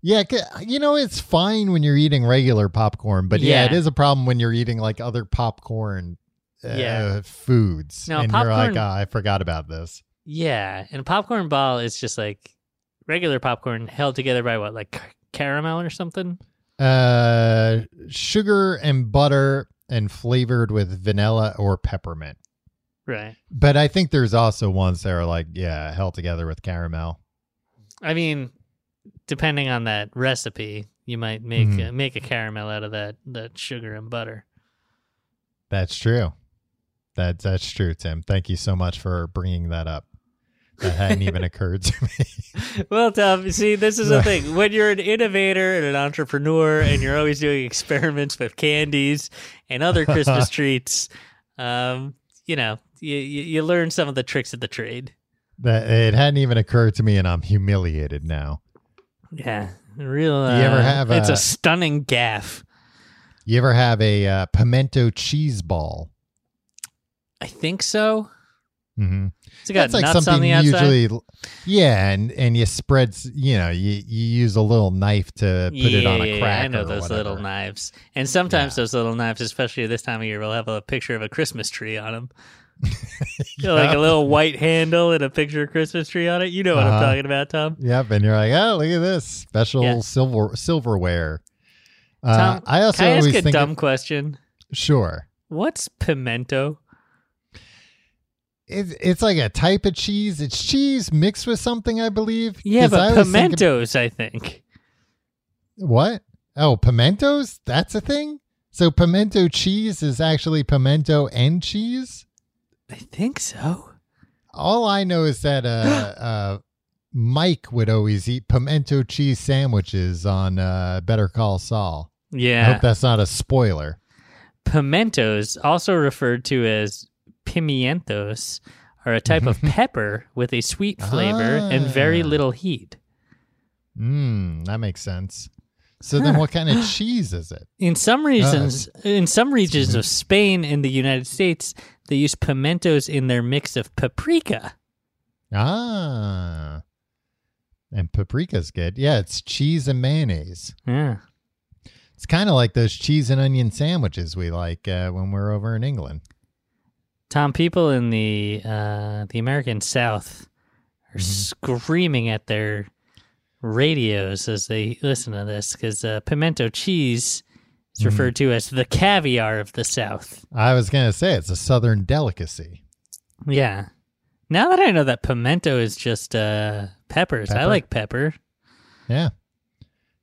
[SPEAKER 2] Yeah, 'ca- you know it's fine when you're eating regular popcorn, but yeah,
[SPEAKER 3] Yeah.
[SPEAKER 2] it is a problem when you're eating like other popcorn uh,
[SPEAKER 3] Yeah.
[SPEAKER 2] foods,
[SPEAKER 3] No,
[SPEAKER 2] and you're like,
[SPEAKER 3] popcorn-
[SPEAKER 2] "Ah, I forgot about this.
[SPEAKER 3] yeah, and a popcorn ball is just like regular popcorn held together by what, like c- caramel or something.
[SPEAKER 2] Uh, sugar and butter and flavored with vanilla or peppermint.
[SPEAKER 3] Right.
[SPEAKER 2] But I think there's also ones that are like, yeah, held together with caramel.
[SPEAKER 3] I mean, depending on that recipe, you might make
[SPEAKER 2] Mhm.
[SPEAKER 3] uh, make a caramel out of that that sugar and butter.
[SPEAKER 2] That's true. That that's true, Tim. Thank you so much for bringing that up. That hadn't even occurred to me.
[SPEAKER 3] Well, Tom, you see, this is the thing. When you're an innovator and an entrepreneur and you're always doing experiments with candies and other Christmas treats, um, you know, you, you you learn some of the tricks of the trade.
[SPEAKER 2] That it hadn't even occurred to me, and I'm humiliated now.
[SPEAKER 3] Yeah. Real.
[SPEAKER 2] Do you ever
[SPEAKER 3] uh,
[SPEAKER 2] have
[SPEAKER 3] It's
[SPEAKER 2] a-
[SPEAKER 3] a stunning gaff.
[SPEAKER 2] You ever have a uh, pimento cheese ball?
[SPEAKER 3] I think so.
[SPEAKER 2] Mm-hmm.
[SPEAKER 3] It's got nuts on the
[SPEAKER 2] you
[SPEAKER 3] outside.
[SPEAKER 2] usually, yeah, and and you spread, s- you know, you you use a little knife to put it on a cracker.
[SPEAKER 3] I know
[SPEAKER 2] or
[SPEAKER 3] those
[SPEAKER 2] whatever.
[SPEAKER 3] little knives. And sometimes
[SPEAKER 2] Yeah.
[SPEAKER 3] those little knives, especially this time of year, will have a picture of a Christmas tree on them.
[SPEAKER 2] Yeah.
[SPEAKER 3] Like a little white handle and a picture of Christmas tree on it. You know what
[SPEAKER 2] Uh-huh.
[SPEAKER 3] I'm talking about, Tom.
[SPEAKER 2] Yep, and you're like, oh, look at this special
[SPEAKER 3] Yeah.
[SPEAKER 2] silver silverware. Uh,
[SPEAKER 3] Tom,
[SPEAKER 2] I also
[SPEAKER 3] Can I ask
[SPEAKER 2] always
[SPEAKER 3] a
[SPEAKER 2] think,
[SPEAKER 3] dumb
[SPEAKER 2] of-
[SPEAKER 3] question?
[SPEAKER 2] sure,
[SPEAKER 3] What's pimento?
[SPEAKER 2] It's, it's like a type of cheese. It's cheese mixed with something, I believe.
[SPEAKER 3] Yeah,
[SPEAKER 2] 'Cause I
[SPEAKER 3] but
[SPEAKER 2] always think ab-
[SPEAKER 3] pimentos, I think.
[SPEAKER 2] What? Oh, pimentos? That's a thing? So pimento cheese is actually pimento and cheese?
[SPEAKER 3] I think so.
[SPEAKER 2] All I know is that uh, uh, Mike would always eat pimento cheese sandwiches on uh, Better Call Saul. I
[SPEAKER 3] Yeah.
[SPEAKER 2] hope that's not a spoiler.
[SPEAKER 3] Pimentos, also referred to as pimientos, are a type of pepper with a sweet flavor and very
[SPEAKER 2] Ah.
[SPEAKER 3] little heat.
[SPEAKER 2] Mm, that makes sense. So then, what kind of cheese is it?
[SPEAKER 3] In some regions, in some regions of Spain and the United States, they use pimentos in their mix of paprika.
[SPEAKER 2] Ah, and paprika's good. Yeah, it's cheese and mayonnaise.
[SPEAKER 3] Yeah.
[SPEAKER 2] It's kind of like those cheese and onion sandwiches we like uh, when we're over in England.
[SPEAKER 3] Tom, people in the uh, the American South are screaming at their radios as they listen to this because uh, pimento cheese is referred to as the caviar of the South.
[SPEAKER 2] I was gonna say it's a southern delicacy.
[SPEAKER 3] Yeah. Now that I know that pimento is just uh, peppers, I
[SPEAKER 2] Pepper.
[SPEAKER 3] like pepper.
[SPEAKER 2] Yeah.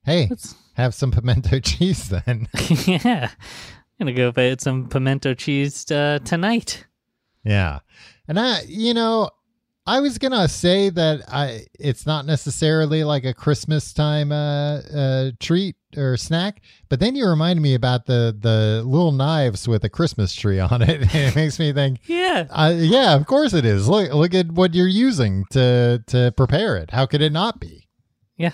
[SPEAKER 2] Hey,
[SPEAKER 3] That's-
[SPEAKER 2] have some pimento cheese then.
[SPEAKER 3] yeah. I'm going to go get some pimento cheese uh, tonight.
[SPEAKER 2] yeah, and I, you know, I was gonna say that I it's not necessarily like a Christmas time uh, uh, treat or snack, but then you reminded me about the the little knives with a Christmas tree on it, and it makes me think.
[SPEAKER 3] Yeah.
[SPEAKER 2] Uh, yeah, of course it is. Look, look at what you're using to to prepare it. How could it not be?
[SPEAKER 3] Yeah.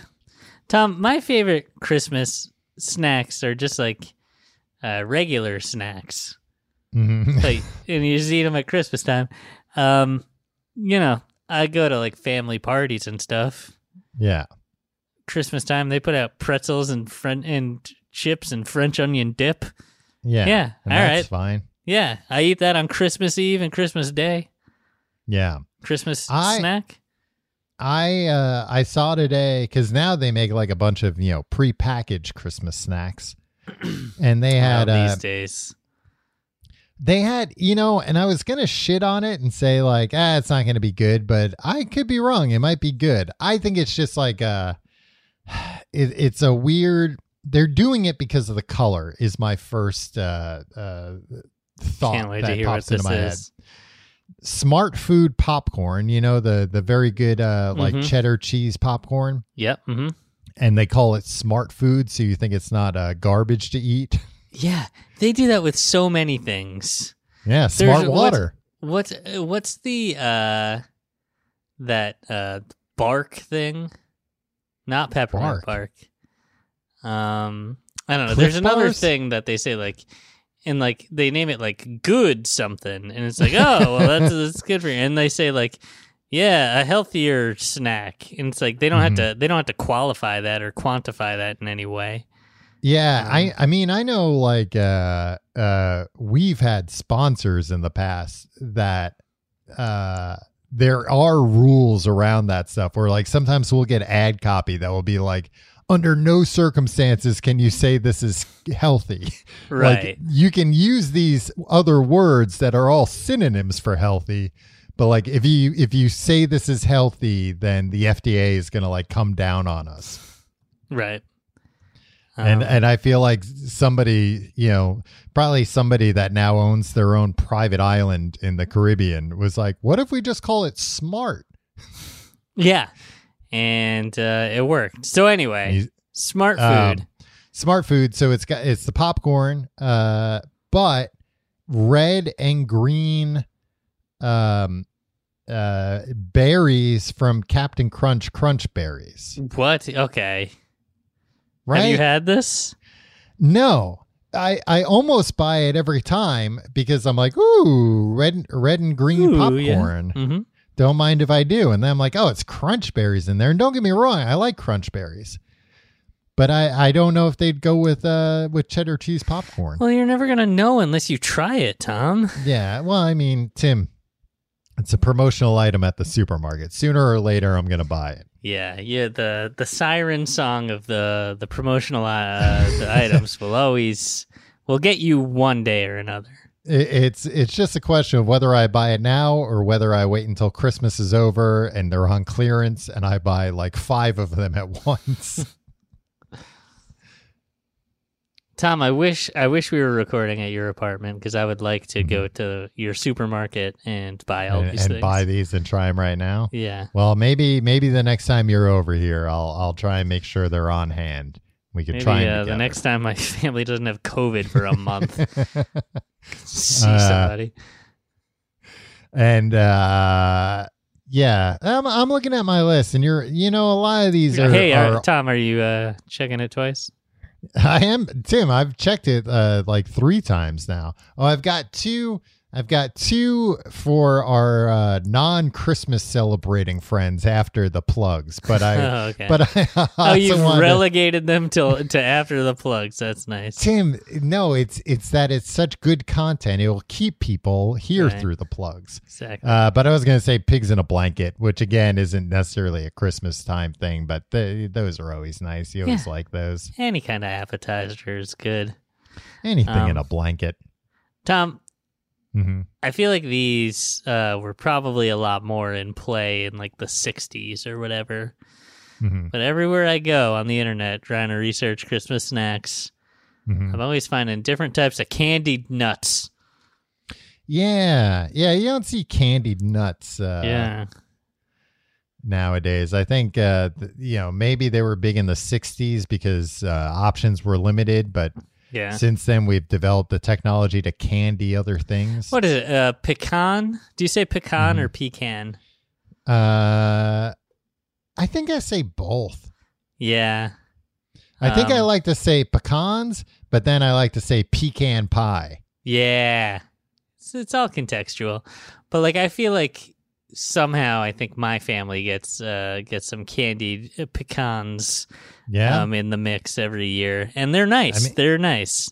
[SPEAKER 3] Tom, my favorite Christmas snacks are just like uh, regular snacks.
[SPEAKER 2] Mhm.
[SPEAKER 3] Like, and you just eat them at Christmas time. Um, you know, I go to like family parties and stuff.
[SPEAKER 2] yeah,
[SPEAKER 3] Christmas time, they put out pretzels and front and chips and French onion dip.
[SPEAKER 2] yeah,
[SPEAKER 3] Yeah,
[SPEAKER 2] And
[SPEAKER 3] all
[SPEAKER 2] that's
[SPEAKER 3] right.
[SPEAKER 2] fine.
[SPEAKER 3] Yeah, I eat that on Christmas Eve and Christmas Day.
[SPEAKER 2] Yeah.
[SPEAKER 3] Christmas
[SPEAKER 2] I-
[SPEAKER 3] snack.
[SPEAKER 2] I uh, I saw today because now they make like a bunch of you know prepackaged Christmas snacks, and they had
[SPEAKER 3] Oh,
[SPEAKER 2] uh,
[SPEAKER 3] these days.
[SPEAKER 2] they had you know, and I was gonna shit on it and say like ah it's not gonna be good, but I could be wrong. It might be good. I think it's just like uh, it, it's a weird. They're doing it because of the color. Is my first uh, uh, thought
[SPEAKER 3] Can't wait
[SPEAKER 2] that
[SPEAKER 3] to hear what
[SPEAKER 2] pops into
[SPEAKER 3] this
[SPEAKER 2] my head
[SPEAKER 3] is.
[SPEAKER 2] smart food popcorn you know the the very good uh like
[SPEAKER 3] Mhm.
[SPEAKER 2] cheddar cheese popcorn
[SPEAKER 3] Yep. hmm
[SPEAKER 2] and they call it smart food so you think it's not uh garbage to eat
[SPEAKER 3] Yeah, they do that with so many things.
[SPEAKER 2] yeah smart
[SPEAKER 3] what's-
[SPEAKER 2] water
[SPEAKER 3] What's uh, what's the uh that uh bark thing? Not peppermint bark. Um, I don't know. There's
[SPEAKER 2] Clif
[SPEAKER 3] another
[SPEAKER 2] bars?
[SPEAKER 3] thing that they say like, and like they name it like good something, and it's like oh well that's that's good for you, and they say like. Yeah, a healthier snack. And it's like they don't
[SPEAKER 2] Mm-hmm.
[SPEAKER 3] have to they don't have to qualify that or quantify that in any way.
[SPEAKER 2] yeah
[SPEAKER 3] um,
[SPEAKER 2] i i mean i know like uh uh we've had sponsors in the past that uh there are rules around that stuff where like sometimes we'll get ad copy that will be like under no circumstances can you say this is healthy Like
[SPEAKER 3] Right.
[SPEAKER 2] you can use these other words that are all synonyms for healthy, but like if you if you say this is healthy, then the FDA is going to like come down on us.
[SPEAKER 3] right.
[SPEAKER 2] and
[SPEAKER 3] Um,
[SPEAKER 2] and I feel like somebody, you know, probably somebody that now owns their own private island in the Caribbean was like, "What if we just call it smart?"
[SPEAKER 3] Yeah. And uh, it worked. So anyway,
[SPEAKER 2] You-
[SPEAKER 3] smart
[SPEAKER 2] Um,
[SPEAKER 3] food.
[SPEAKER 2] smart food so it's got it's the popcorn uh but red and green um uh berries from captain crunch crunch berries
[SPEAKER 3] what? Okay.
[SPEAKER 2] right
[SPEAKER 3] Have you had this?
[SPEAKER 2] no i i almost buy it every time because i'm like ooh red red and green
[SPEAKER 3] Ooh, yeah.
[SPEAKER 2] popcorn
[SPEAKER 3] Mm-hmm.
[SPEAKER 2] don't mind if I do. And then I'm like, oh, it's crunch berries in there. And don't get me wrong, I like crunch berries. But I, I don't know if they'd go with uh with cheddar cheese popcorn.
[SPEAKER 3] Well, you're never gonna know unless you try it, Tom.
[SPEAKER 2] yeah. Well, I mean, Tim, it's a promotional item at the supermarket. Sooner or later I'm gonna buy it.
[SPEAKER 3] Yeah, yeah. The the siren song of the the promotional uh, the items will always will get you one day or another.
[SPEAKER 2] It- It's it's just a question of whether I buy it now or whether I wait until Christmas is over and they're on clearance and I buy like five of them at once.
[SPEAKER 3] Tom, I wish I wish we were recording at your apartment because I would like to go to your supermarket and buy all
[SPEAKER 2] Mm-hmm. and,
[SPEAKER 3] these
[SPEAKER 2] and
[SPEAKER 3] things.
[SPEAKER 2] buy these and try them right now.
[SPEAKER 3] yeah,
[SPEAKER 2] Well, maybe maybe the next time you're over here, I'll I'll try and make sure they're on hand. We can
[SPEAKER 3] maybe
[SPEAKER 2] try 'em
[SPEAKER 3] uh, the
[SPEAKER 2] together.
[SPEAKER 3] next time my family doesn't have COVID for a month, see
[SPEAKER 2] Uh,
[SPEAKER 3] somebody.
[SPEAKER 2] and uh, yeah, I'm I'm looking at my list, and you're you know a lot of these are.
[SPEAKER 3] hey,
[SPEAKER 2] are-
[SPEAKER 3] uh, Tom, are you uh, checking it twice?
[SPEAKER 2] I am Tim. I've checked it uh, like three times now. Oh, I've got two. I've got two for our uh, non-Christmas celebrating friends after the plugs, but I.
[SPEAKER 3] oh, okay.
[SPEAKER 2] But I also
[SPEAKER 3] oh, you've
[SPEAKER 2] wanted to-
[SPEAKER 3] relegated them till to after the plugs. That's nice.
[SPEAKER 2] Tim, no, it's it's that it's such good content. It will keep people here
[SPEAKER 3] Right.
[SPEAKER 2] through the plugs.
[SPEAKER 3] Exactly.
[SPEAKER 2] Uh, but I was going to say pigs in a blanket, which again isn't necessarily a Christmas time thing, but th those are always nice. You always like those.
[SPEAKER 3] Any kind of appetizer is good.
[SPEAKER 2] Anything in a
[SPEAKER 3] Um,
[SPEAKER 2] blanket.
[SPEAKER 3] Tom,
[SPEAKER 2] hmm
[SPEAKER 3] I feel like these uh, were probably a lot more in play in like the 60s or whatever.
[SPEAKER 2] hmm
[SPEAKER 3] But everywhere I go on the internet trying to research Christmas snacks,
[SPEAKER 2] hmm
[SPEAKER 3] I'm always finding different types of candied nuts.
[SPEAKER 2] Yeah, yeah. You don't see candied nuts. Uh,
[SPEAKER 3] yeah.
[SPEAKER 2] nowadays. I think uh, th- you know maybe they were big in the '60s because uh, options were limited, but
[SPEAKER 3] Yeah.
[SPEAKER 2] since then we've developed the technology to candy other things.
[SPEAKER 3] What is it? Uh, pecan? Do you say pecan
[SPEAKER 2] Hmm.
[SPEAKER 3] or pecan?
[SPEAKER 2] Uh, I think I say both.
[SPEAKER 3] Yeah.
[SPEAKER 2] I think I
[SPEAKER 3] Um,
[SPEAKER 2] like to say pecans, but then I like to say pecan pie.
[SPEAKER 3] Yeah. It's, it's all contextual. But like I feel like somehow I think my family gets uh gets some candied uh, pecans
[SPEAKER 2] Yeah,
[SPEAKER 3] um in the mix every year and they're nice.
[SPEAKER 2] I mean-
[SPEAKER 3] they're nice.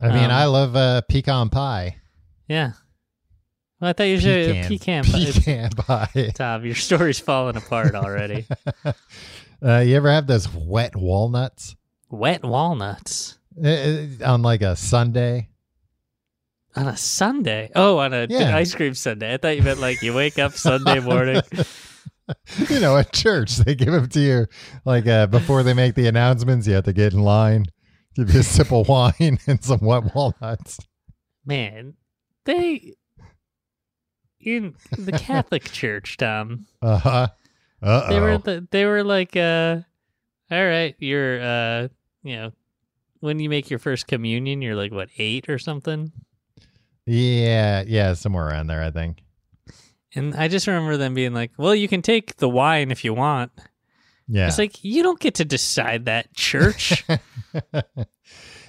[SPEAKER 2] I mean
[SPEAKER 3] um,
[SPEAKER 2] I love uh, pecan pie.
[SPEAKER 3] Yeah. Well, I thought you should pecan, pecan.
[SPEAKER 2] pecan pie.
[SPEAKER 3] Tom, your story's falling apart already.
[SPEAKER 2] Uh, you ever have those wet walnuts
[SPEAKER 3] Wet walnuts
[SPEAKER 2] Uh, uh, on like a Sunday?
[SPEAKER 3] on a Sunday. Oh, on a
[SPEAKER 2] Yeah.
[SPEAKER 3] ice cream Sunday. I thought you meant like you wake up Sunday morning.
[SPEAKER 2] you know, at church, they give them to you like uh, before they make the announcements. You have to get in line, give you a sip of wine and some wet walnuts.
[SPEAKER 3] Man, they in the Catholic Church, Tom.
[SPEAKER 2] Uh huh. Uh
[SPEAKER 3] They were
[SPEAKER 2] oh.
[SPEAKER 3] the, they were like, uh, all right, you're uh, you know, when you make your first communion, you're like what eight or something.
[SPEAKER 2] Yeah, yeah, somewhere around there, I think.
[SPEAKER 3] And I just remember them being like, well, you can take the wine if you want.
[SPEAKER 2] Yeah.
[SPEAKER 3] It's like you don't get to decide that, church.
[SPEAKER 2] it,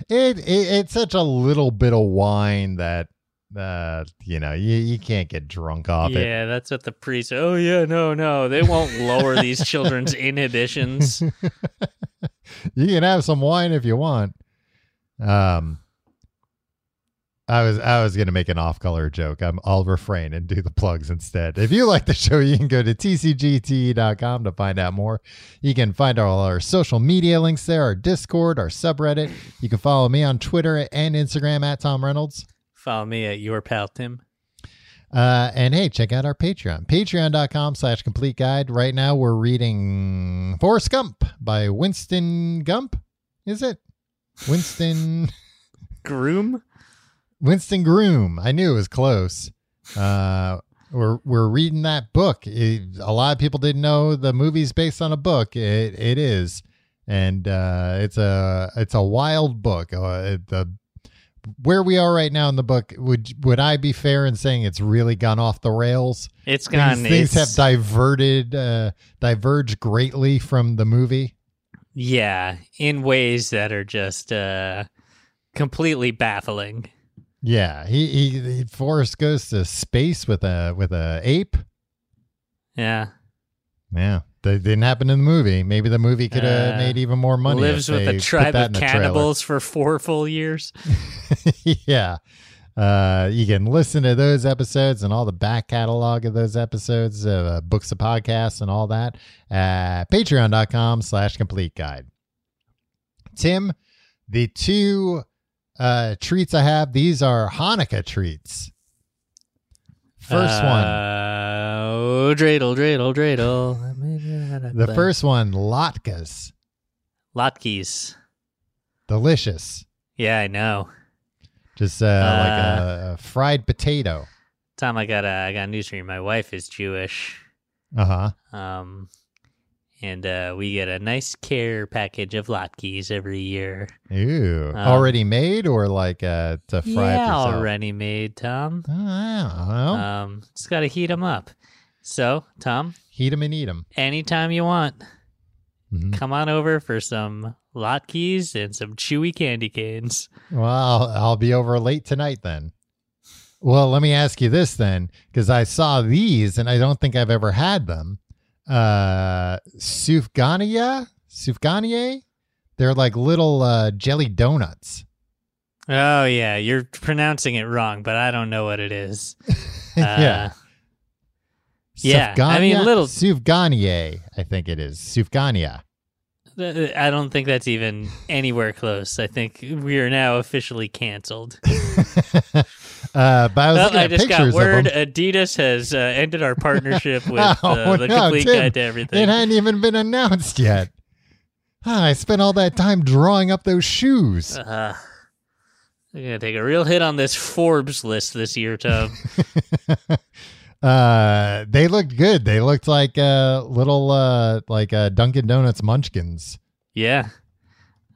[SPEAKER 2] it it's such a little bit of wine that uh you know you, you can't get drunk off it.
[SPEAKER 3] yeah, that's what the priest. Oh yeah, no, no, they won't lower these children's inhibitions.
[SPEAKER 2] you can have some wine if you want. Um, I was I was gonna make an off color joke. I'm, I'll refrain and do the plugs instead. If you like the show, you can go to tcgt.com to find out more. You can find all our social media links there, our Discord, our subreddit. You can follow me on Twitter and Instagram at Tom Reynolds.
[SPEAKER 3] Follow me at your pal Tim.
[SPEAKER 2] Uh, and hey, check out our Patreon, patreon.com slash complete guide. Right now we're reading Forrest Gump by Winston Gump. Is it? Winston
[SPEAKER 3] Groom.
[SPEAKER 2] Winston Groom. I knew it was close. Uh, we're we're reading that book. It- a lot of people didn't know the movie's based on a book. It it is, and uh, it's a it's a wild book. Uh, the where we are right now in the book would would I be fair in saying it's really gone off the rails?
[SPEAKER 3] It's
[SPEAKER 2] Things,
[SPEAKER 3] gone.
[SPEAKER 2] things
[SPEAKER 3] it's-
[SPEAKER 2] have diverted uh, diverged greatly from the movie.
[SPEAKER 3] Yeah, in ways that are just uh completely baffling.
[SPEAKER 2] Yeah, he, he, he Forrest goes to space with a with a ape.
[SPEAKER 3] Yeah.
[SPEAKER 2] Yeah. That didn't happen in the movie. Maybe the movie could have
[SPEAKER 3] Uh,
[SPEAKER 2] made even more money. if
[SPEAKER 3] Lives with
[SPEAKER 2] they
[SPEAKER 3] a
[SPEAKER 2] put
[SPEAKER 3] tribe
[SPEAKER 2] that
[SPEAKER 3] of
[SPEAKER 2] in the trailer.
[SPEAKER 3] cannibals for four full years.
[SPEAKER 2] yeah. Uh, you can listen to those episodes and all the back catalog of those episodes, uh, books of podcasts and all that at patreon.com slash complete guide. Tim, the two uh, treats I have. These are Hanukkah treats. First one,
[SPEAKER 3] Uh, Oh, dreidel, dreidel, dreidel.
[SPEAKER 2] the first one, latkes,
[SPEAKER 3] latkes.
[SPEAKER 2] delicious.
[SPEAKER 3] Yeah, I know.
[SPEAKER 2] Just uh, like a, a fried potato.
[SPEAKER 3] Tom, I got a, I got news for you. My wife is Jewish.
[SPEAKER 2] Uh huh.
[SPEAKER 3] Um, and uh, we get a nice care package of latkes every year.
[SPEAKER 2] Ooh,
[SPEAKER 3] Um,
[SPEAKER 2] already made or like uh, to fry
[SPEAKER 3] yeah,
[SPEAKER 2] it yourself?
[SPEAKER 3] already made, Tom.
[SPEAKER 2] Oh, I don't know.
[SPEAKER 3] Um, just gotta heat them up. So, Tom,
[SPEAKER 2] Heat them and eat them.
[SPEAKER 3] anytime you want, come on over for some latkes and some chewy candy canes.
[SPEAKER 2] Well, I'll, I'll be over late tonight then. Well, let me ask you this then, because I saw these and I don't think I've ever had them. Uh, Sufgania, Sufganier, they're like little uh, jelly donuts.
[SPEAKER 3] Oh yeah, you're pronouncing it wrong, but I don't know what it is.
[SPEAKER 2] yeah,
[SPEAKER 3] Uh, yeah, I mean,
[SPEAKER 2] Sufgania-
[SPEAKER 3] little-
[SPEAKER 2] Sufganier, I think it is Sufgania.
[SPEAKER 3] th- I don't think that's even anywhere close. I think we are now officially canceled.
[SPEAKER 2] uh, but I was
[SPEAKER 3] Well,
[SPEAKER 2] looking
[SPEAKER 3] I
[SPEAKER 2] at
[SPEAKER 3] just got
[SPEAKER 2] pictures
[SPEAKER 3] word
[SPEAKER 2] of them.
[SPEAKER 3] Adidas has uh, ended our partnership with
[SPEAKER 2] Oh,
[SPEAKER 3] uh, the
[SPEAKER 2] no,
[SPEAKER 3] complete
[SPEAKER 2] Tim.
[SPEAKER 3] guide to
[SPEAKER 2] It
[SPEAKER 3] everything.
[SPEAKER 2] hadn't even been announced yet. Ah, I spent all that time drawing up those shoes.
[SPEAKER 3] uh, I'm gonna take a real hit on this Forbes list this year, Tom.
[SPEAKER 2] uh, they looked good. They looked like uh, little uh, like uh, Dunkin' Donuts munchkins.
[SPEAKER 3] yeah.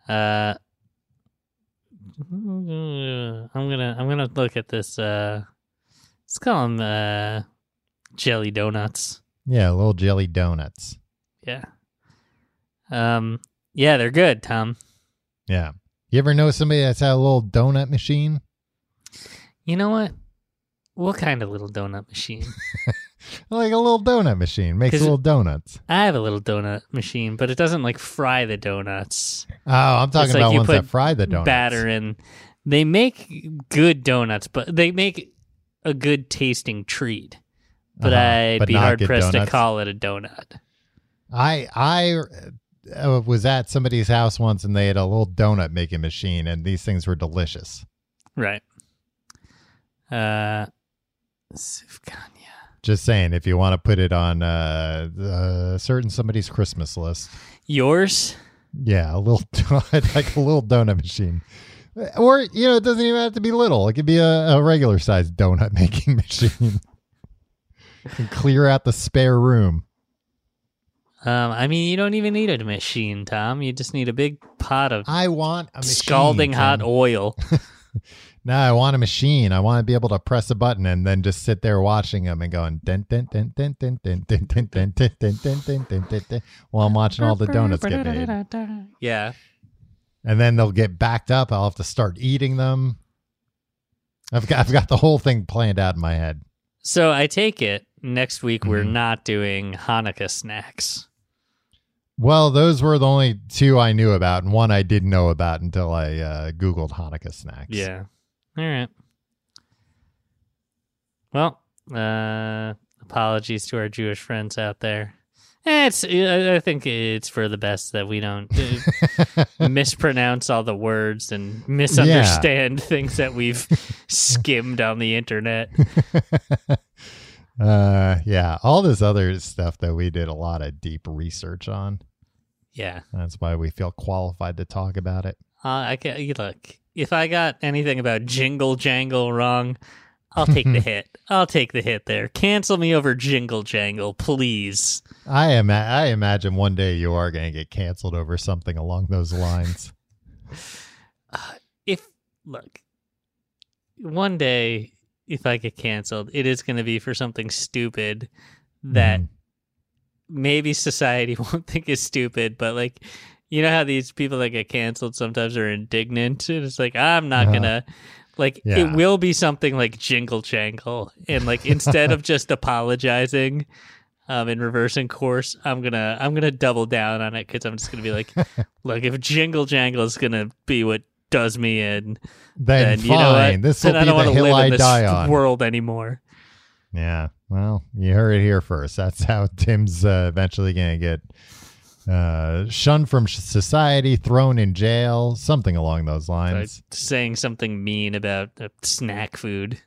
[SPEAKER 3] Uh, I'm gonna I'm gonna look at this. Uh, let's call them uh, jelly donuts.
[SPEAKER 2] Yeah, little jelly donuts.
[SPEAKER 3] Yeah. Um. Yeah, they're good, Tom.
[SPEAKER 2] Yeah. You ever know somebody that's had a little donut machine?
[SPEAKER 3] You know what? What kind of little donut machine?
[SPEAKER 2] Like a little donut machine makes
[SPEAKER 3] Is it-
[SPEAKER 2] little donuts.
[SPEAKER 3] I have a little donut machine, but it doesn't like fry the donuts.
[SPEAKER 2] Oh, I'm talking
[SPEAKER 3] It's like
[SPEAKER 2] about
[SPEAKER 3] you
[SPEAKER 2] ones that
[SPEAKER 3] put
[SPEAKER 2] fry the donuts.
[SPEAKER 3] Batter in. They make good donuts, but they make a good tasting treat. But
[SPEAKER 2] Uh-huh.
[SPEAKER 3] I'd
[SPEAKER 2] But
[SPEAKER 3] be
[SPEAKER 2] not
[SPEAKER 3] hard
[SPEAKER 2] good
[SPEAKER 3] pressed
[SPEAKER 2] donuts.
[SPEAKER 3] to call it a donut.
[SPEAKER 2] I I uh, was at somebody's house once and they had a little donut making machine and these things were delicious.
[SPEAKER 3] Right. Uh Sufgania.
[SPEAKER 2] Just saying, if you want to put it on uh, uh, certain somebody's Christmas list,
[SPEAKER 3] Yours?
[SPEAKER 2] yeah, a little donut, like a little donut machine, or you know, it doesn't even have to be little. It could be a, a regular sized donut making machine. Can clear out the spare room.
[SPEAKER 3] Um, I mean, you don't even need a machine, Tom. You just need a big pot of
[SPEAKER 2] I want a machine,
[SPEAKER 3] scalding hot
[SPEAKER 2] Tim.
[SPEAKER 3] oil.
[SPEAKER 2] No, I want a machine. I want to be able to press a button and then just sit there watching them and going dun dun dun dun dun dun dun dun dun dun dun dun dun dun dun dun while I'm watching all the donuts get made.
[SPEAKER 3] yeah.
[SPEAKER 2] And then they'll get backed up. I'll have to start eating them. I've got I've got the whole thing planned out in my head.
[SPEAKER 3] So I take it next week we're
[SPEAKER 2] Mhm.
[SPEAKER 3] not doing Hanukkah snacks.
[SPEAKER 2] Well, those were the only two I knew about, and one I didn't know about until I uh, Googled Hanukkah snacks.
[SPEAKER 3] Yeah. All right. Well, uh, apologies to our Jewish friends out there. Eh, It's. I I think it's for the best that we don't uh, mispronounce all the words and misunderstand things that we've skimmed on the internet.
[SPEAKER 2] uh, yeah. All this other stuff that we did a lot of deep research on.
[SPEAKER 3] Yeah.
[SPEAKER 2] That's why we feel qualified to talk about it.
[SPEAKER 3] Uh, I can, you look, if I got anything about jingle jangle wrong, I'll take the hit. I'll take the hit there. Cancel me over jingle jangle, please.
[SPEAKER 2] I am. I imagine one day you are going to get canceled over something along those lines.
[SPEAKER 3] Uh, If look, one day if I get canceled, it is going to be for something stupid that
[SPEAKER 2] Mhm.
[SPEAKER 3] maybe society won't think is stupid, but like you know how these people that get canceled sometimes are indignant and it's like I'm not
[SPEAKER 2] Uh-huh.
[SPEAKER 3] gonna like
[SPEAKER 2] Yeah.
[SPEAKER 3] it will be something like jingle jangle and like instead of just apologizing um and reversing course i'm gonna i'm gonna double down on it because i'm just gonna be like look if jingle jangle is gonna be what does me in
[SPEAKER 2] then
[SPEAKER 3] then
[SPEAKER 2] fine.
[SPEAKER 3] you know what
[SPEAKER 2] This will
[SPEAKER 3] then
[SPEAKER 2] be
[SPEAKER 3] i don't
[SPEAKER 2] the
[SPEAKER 3] want to
[SPEAKER 2] hill
[SPEAKER 3] live
[SPEAKER 2] I
[SPEAKER 3] in this
[SPEAKER 2] die on.
[SPEAKER 3] world anymore
[SPEAKER 2] Yeah. Well, you heard it here first. That's how Tim's uh, eventually going to get uh, shunned from sh- society, thrown in jail, something along those
[SPEAKER 3] Like,
[SPEAKER 2] lines.
[SPEAKER 3] saying something mean about uh, snack food.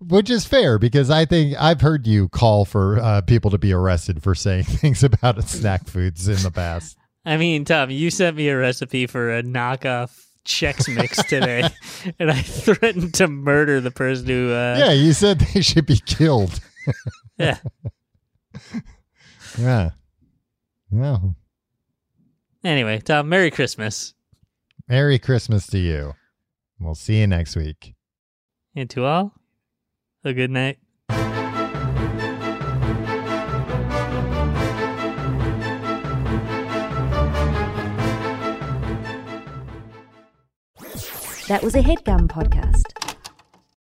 [SPEAKER 2] Which is fair because I think I've heard you call for uh, people to be arrested for saying things about snack foods in the past.
[SPEAKER 3] I mean, Tom, you sent me a recipe for a knockoff Chex Mix today, and I threatened to murder the person who. Uh,
[SPEAKER 2] yeah, you said they should be killed.
[SPEAKER 3] Yeah.
[SPEAKER 2] Yeah. Well,
[SPEAKER 3] Anyway, Tom, Merry Christmas,
[SPEAKER 2] Merry Christmas to you. We'll see you next week.
[SPEAKER 3] and to all, a good night.
[SPEAKER 1] That was a headgum podcast.